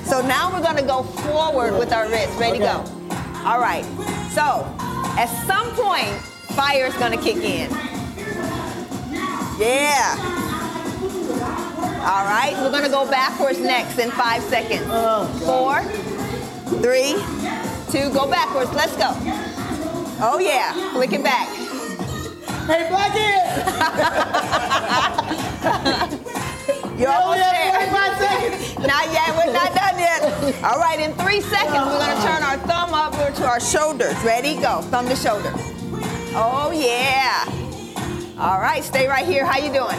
so now we're gonna go forward with our wrists. Ready? Okay. Go. All right. So at some point, fire's gonna kick in. Yeah. All right. We're gonna go backwards next in five seconds. Four, three, two. Go backwards. Let's go. Oh yeah. Flick it back. Hey, Blackie! You're I only almost have there. 45 seconds. Not yet, we're not done yet. All right, in three seconds, we're gonna turn our thumb over to our shoulders. Ready? Go. Thumb to shoulder. Oh yeah. All right, stay right here. How you doing?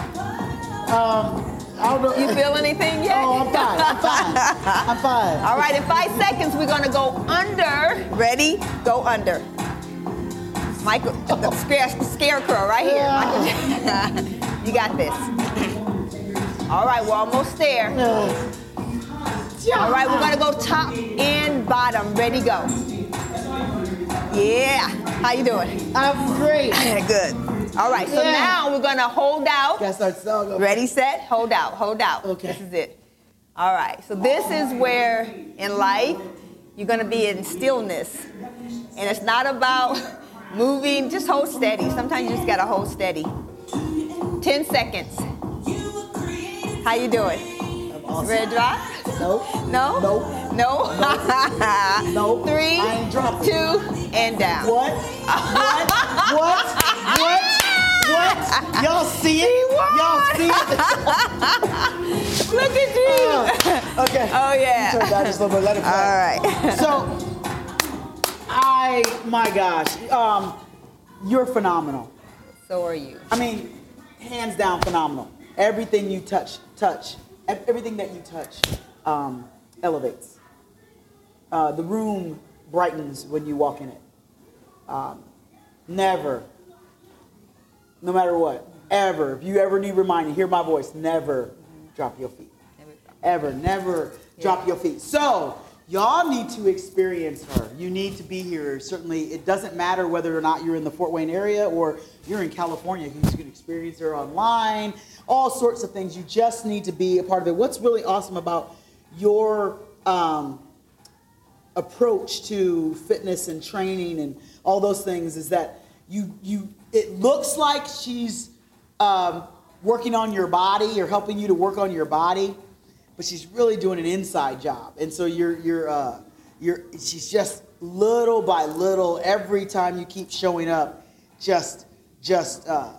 Um, I don't know. You feel anything yet? Oh, I'm fine. I'm fine. I'm fine. All right, in five seconds, we're gonna go under. Ready? Go under. Michael, Oh. the scare, scarecrow right here. Michael- you got this. All right, we're almost there. All right, we're gonna go top and bottom. Ready, go. Yeah. How you doing? I'm great. Good. All right. So Yeah. now we're gonna hold out. That's our song. over. Ready, set, hold out, hold out. Okay. This is it. All right. So this is where in life you're gonna be in stillness, and it's not about moving. Just hold steady. Sometimes you just gotta hold steady. Ten seconds. How you doing? I'm awesome. Red drop? Nope. No. Nope. No. Nope. Three, I ain't dropping. two, and down. What? What? What? What? What? Y'all see it? Y'all see it? Look at you. Uh. okay. Oh, yeah. You turned down just a little bit. Let it All play. right. So, I, my gosh, um, you're phenomenal. So are you. I mean, hands down, phenomenal. Everything you touch, touch, ev- everything that you touch um, elevates. Uh, the room brightens when you walk in it. Um, never, no matter what, ever, if you ever need reminding, hear my voice, never drop your feet. Ever, never drop your feet. So, y'all need to experience her. You need to be here. Certainly, it doesn't matter whether or not you're in the Fort Wayne area or you're in California. You can experience her online, all sorts of things. You just need to be a part of it. What's really awesome about your um, approach to fitness and training and all those things is that you you it looks like she's um, working on your body or helping you to work on your body, but she's really doing an inside job. And so you're you're uh, you're she's just little by little every time you keep showing up, just just. Uh,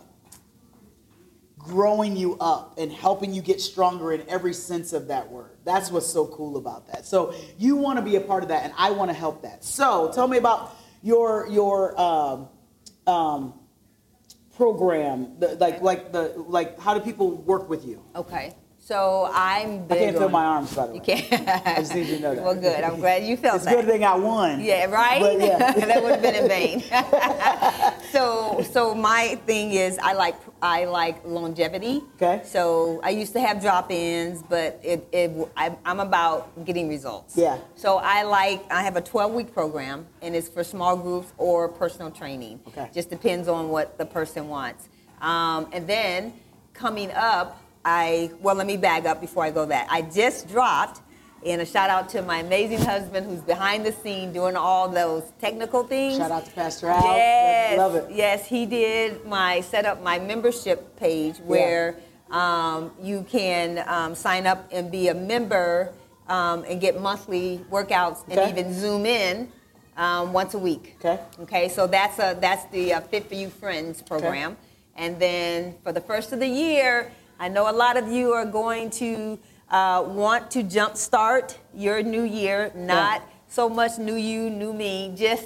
growing you up and helping you get stronger in every sense of that word. That's what's so cool about that. So you want to be a part of that, and I want to help that. So tell me about your your um, um, program, the, like like the like. How do people work with you? Okay. So I'm I big can't feel on- my arms, by the way. You can't. I just need you to know that. Well, good. I'm glad you felt it's that. a good thing I won. Yeah, right? But yeah. that would have been in vain. so so my thing is I like I like longevity. Okay. So I used to have drop-ins, but it, it I, I'm about getting results. Yeah. So I like I have a 12-week program and it's for small groups or personal training. Okay. Just depends on what the person wants. Um, and then coming up, I well let me bag up before I go that. I just dropped and a shout out to my amazing husband who's behind the scene doing all those technical things. Shout out to Pastor Al. Yes, Love it. Yes, he did my set up my membership page where um, you can um, sign up and be a member um, and get monthly workouts Okay. and even zoom in um, once a week. Okay. Okay. So that's a that's the uh, Fit for You Friends program, and then for the first of the year, I know a lot of you are going to uh, want to jumpstart your new year, not so much new you, new me, just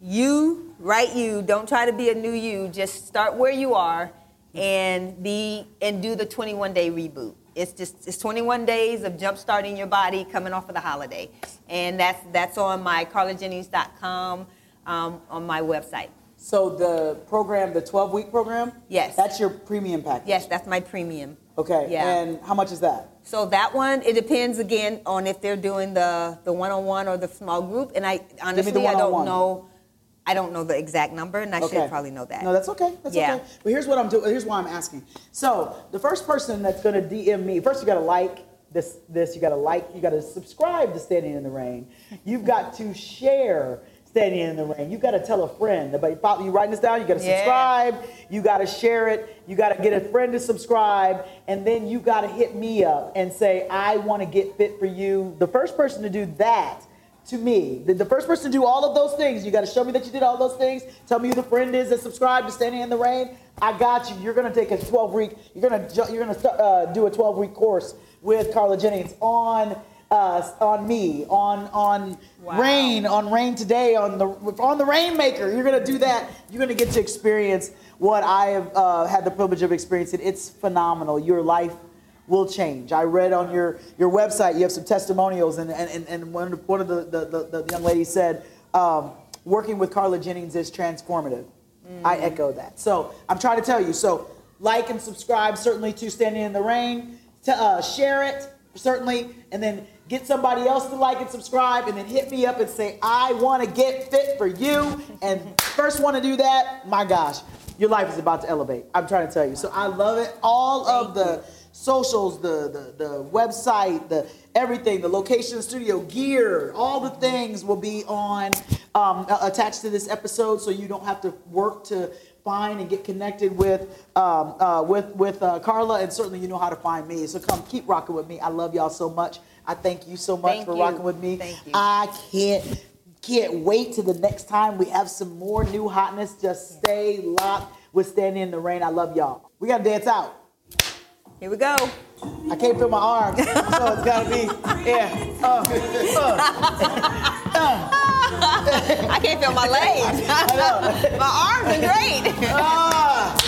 you, right you. Don't try to be a new you. Just start where you are and be and do the 21 day reboot. It's just it's 21 days of jumpstarting your body coming off of the holiday, and that's that's on my carlajennings.com um, on my website. So the program, the 12 week program. Yes. That's your premium package. Yes, that's my premium. Okay. Yeah. And how much is that? So that one, it depends again on if they're doing the the one on one or the small group. And I honestly, I don't one-on-one. know, I don't know the exact number, and I Okay. should probably know that. No, that's okay. That's Yeah. okay. But here's what I'm doing. Here's why I'm asking. So the first person that's gonna DM me, first you gotta like this. This you gotta like. You gotta subscribe to Standing in the Rain. You've got to share Standing in the Rain. You gotta tell a friend. But you follow- you writing this down. You gotta Yeah. subscribe. You gotta share it. You gotta get a friend to subscribe, and then you gotta hit me up and say I want to get fit for you. The first person to do that to me. The, the first person to do all of those things, you got to show me that you did all those things. Tell me who the friend is that subscribed to Standing in the Rain. I got you. You're gonna take a 12 week. You're gonna ju- you're gonna st- uh, do a 12 week course with Carla Jennings on uh, on me on on Wow. Rain on Rain today on the on the Rainmaker. You're gonna do that. You're gonna get to experience what I have uh, had the privilege of experiencing. It's phenomenal. Your life will change. I read on your, your website you have some testimonials, and, and, and- and one of, one of the, the, the, the young ladies said, um, working with Carla Jennings is transformative. I echo that. So I'm trying to tell you. So like and subscribe certainly to Standing in the Rain. To, uh, share it certainly, and then get somebody else to like and subscribe, and then hit me up and say I want to get fit for you. And first one to do that, my gosh, your life is about to elevate. I'm trying to tell you. So I love it. All of the socials, the, the the website, the everything, the location, studio gear, all the things will be on um, a- attached to this episode, so you don't have to work to find and get connected with um, uh, with with uh, Carla, and certainly you know how to find me. So come, keep rocking with me. I love y'all so much. I thank you so much Thank for you. rocking with me. Thank you. I can't can't wait to the next time we have some more new hotness. Just stay locked with Standing in the Rain. I love y'all. We gotta dance out. Here Here we go. I can't feel my arms, so it's gotta be, yeah. Uh, uh. I can't feel my legs. my arms are great. Ah.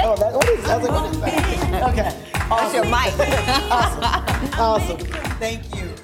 Oh, that, what is, I was like, what is that? Okay. That's your Awesome. mic. Awesome. Thank you.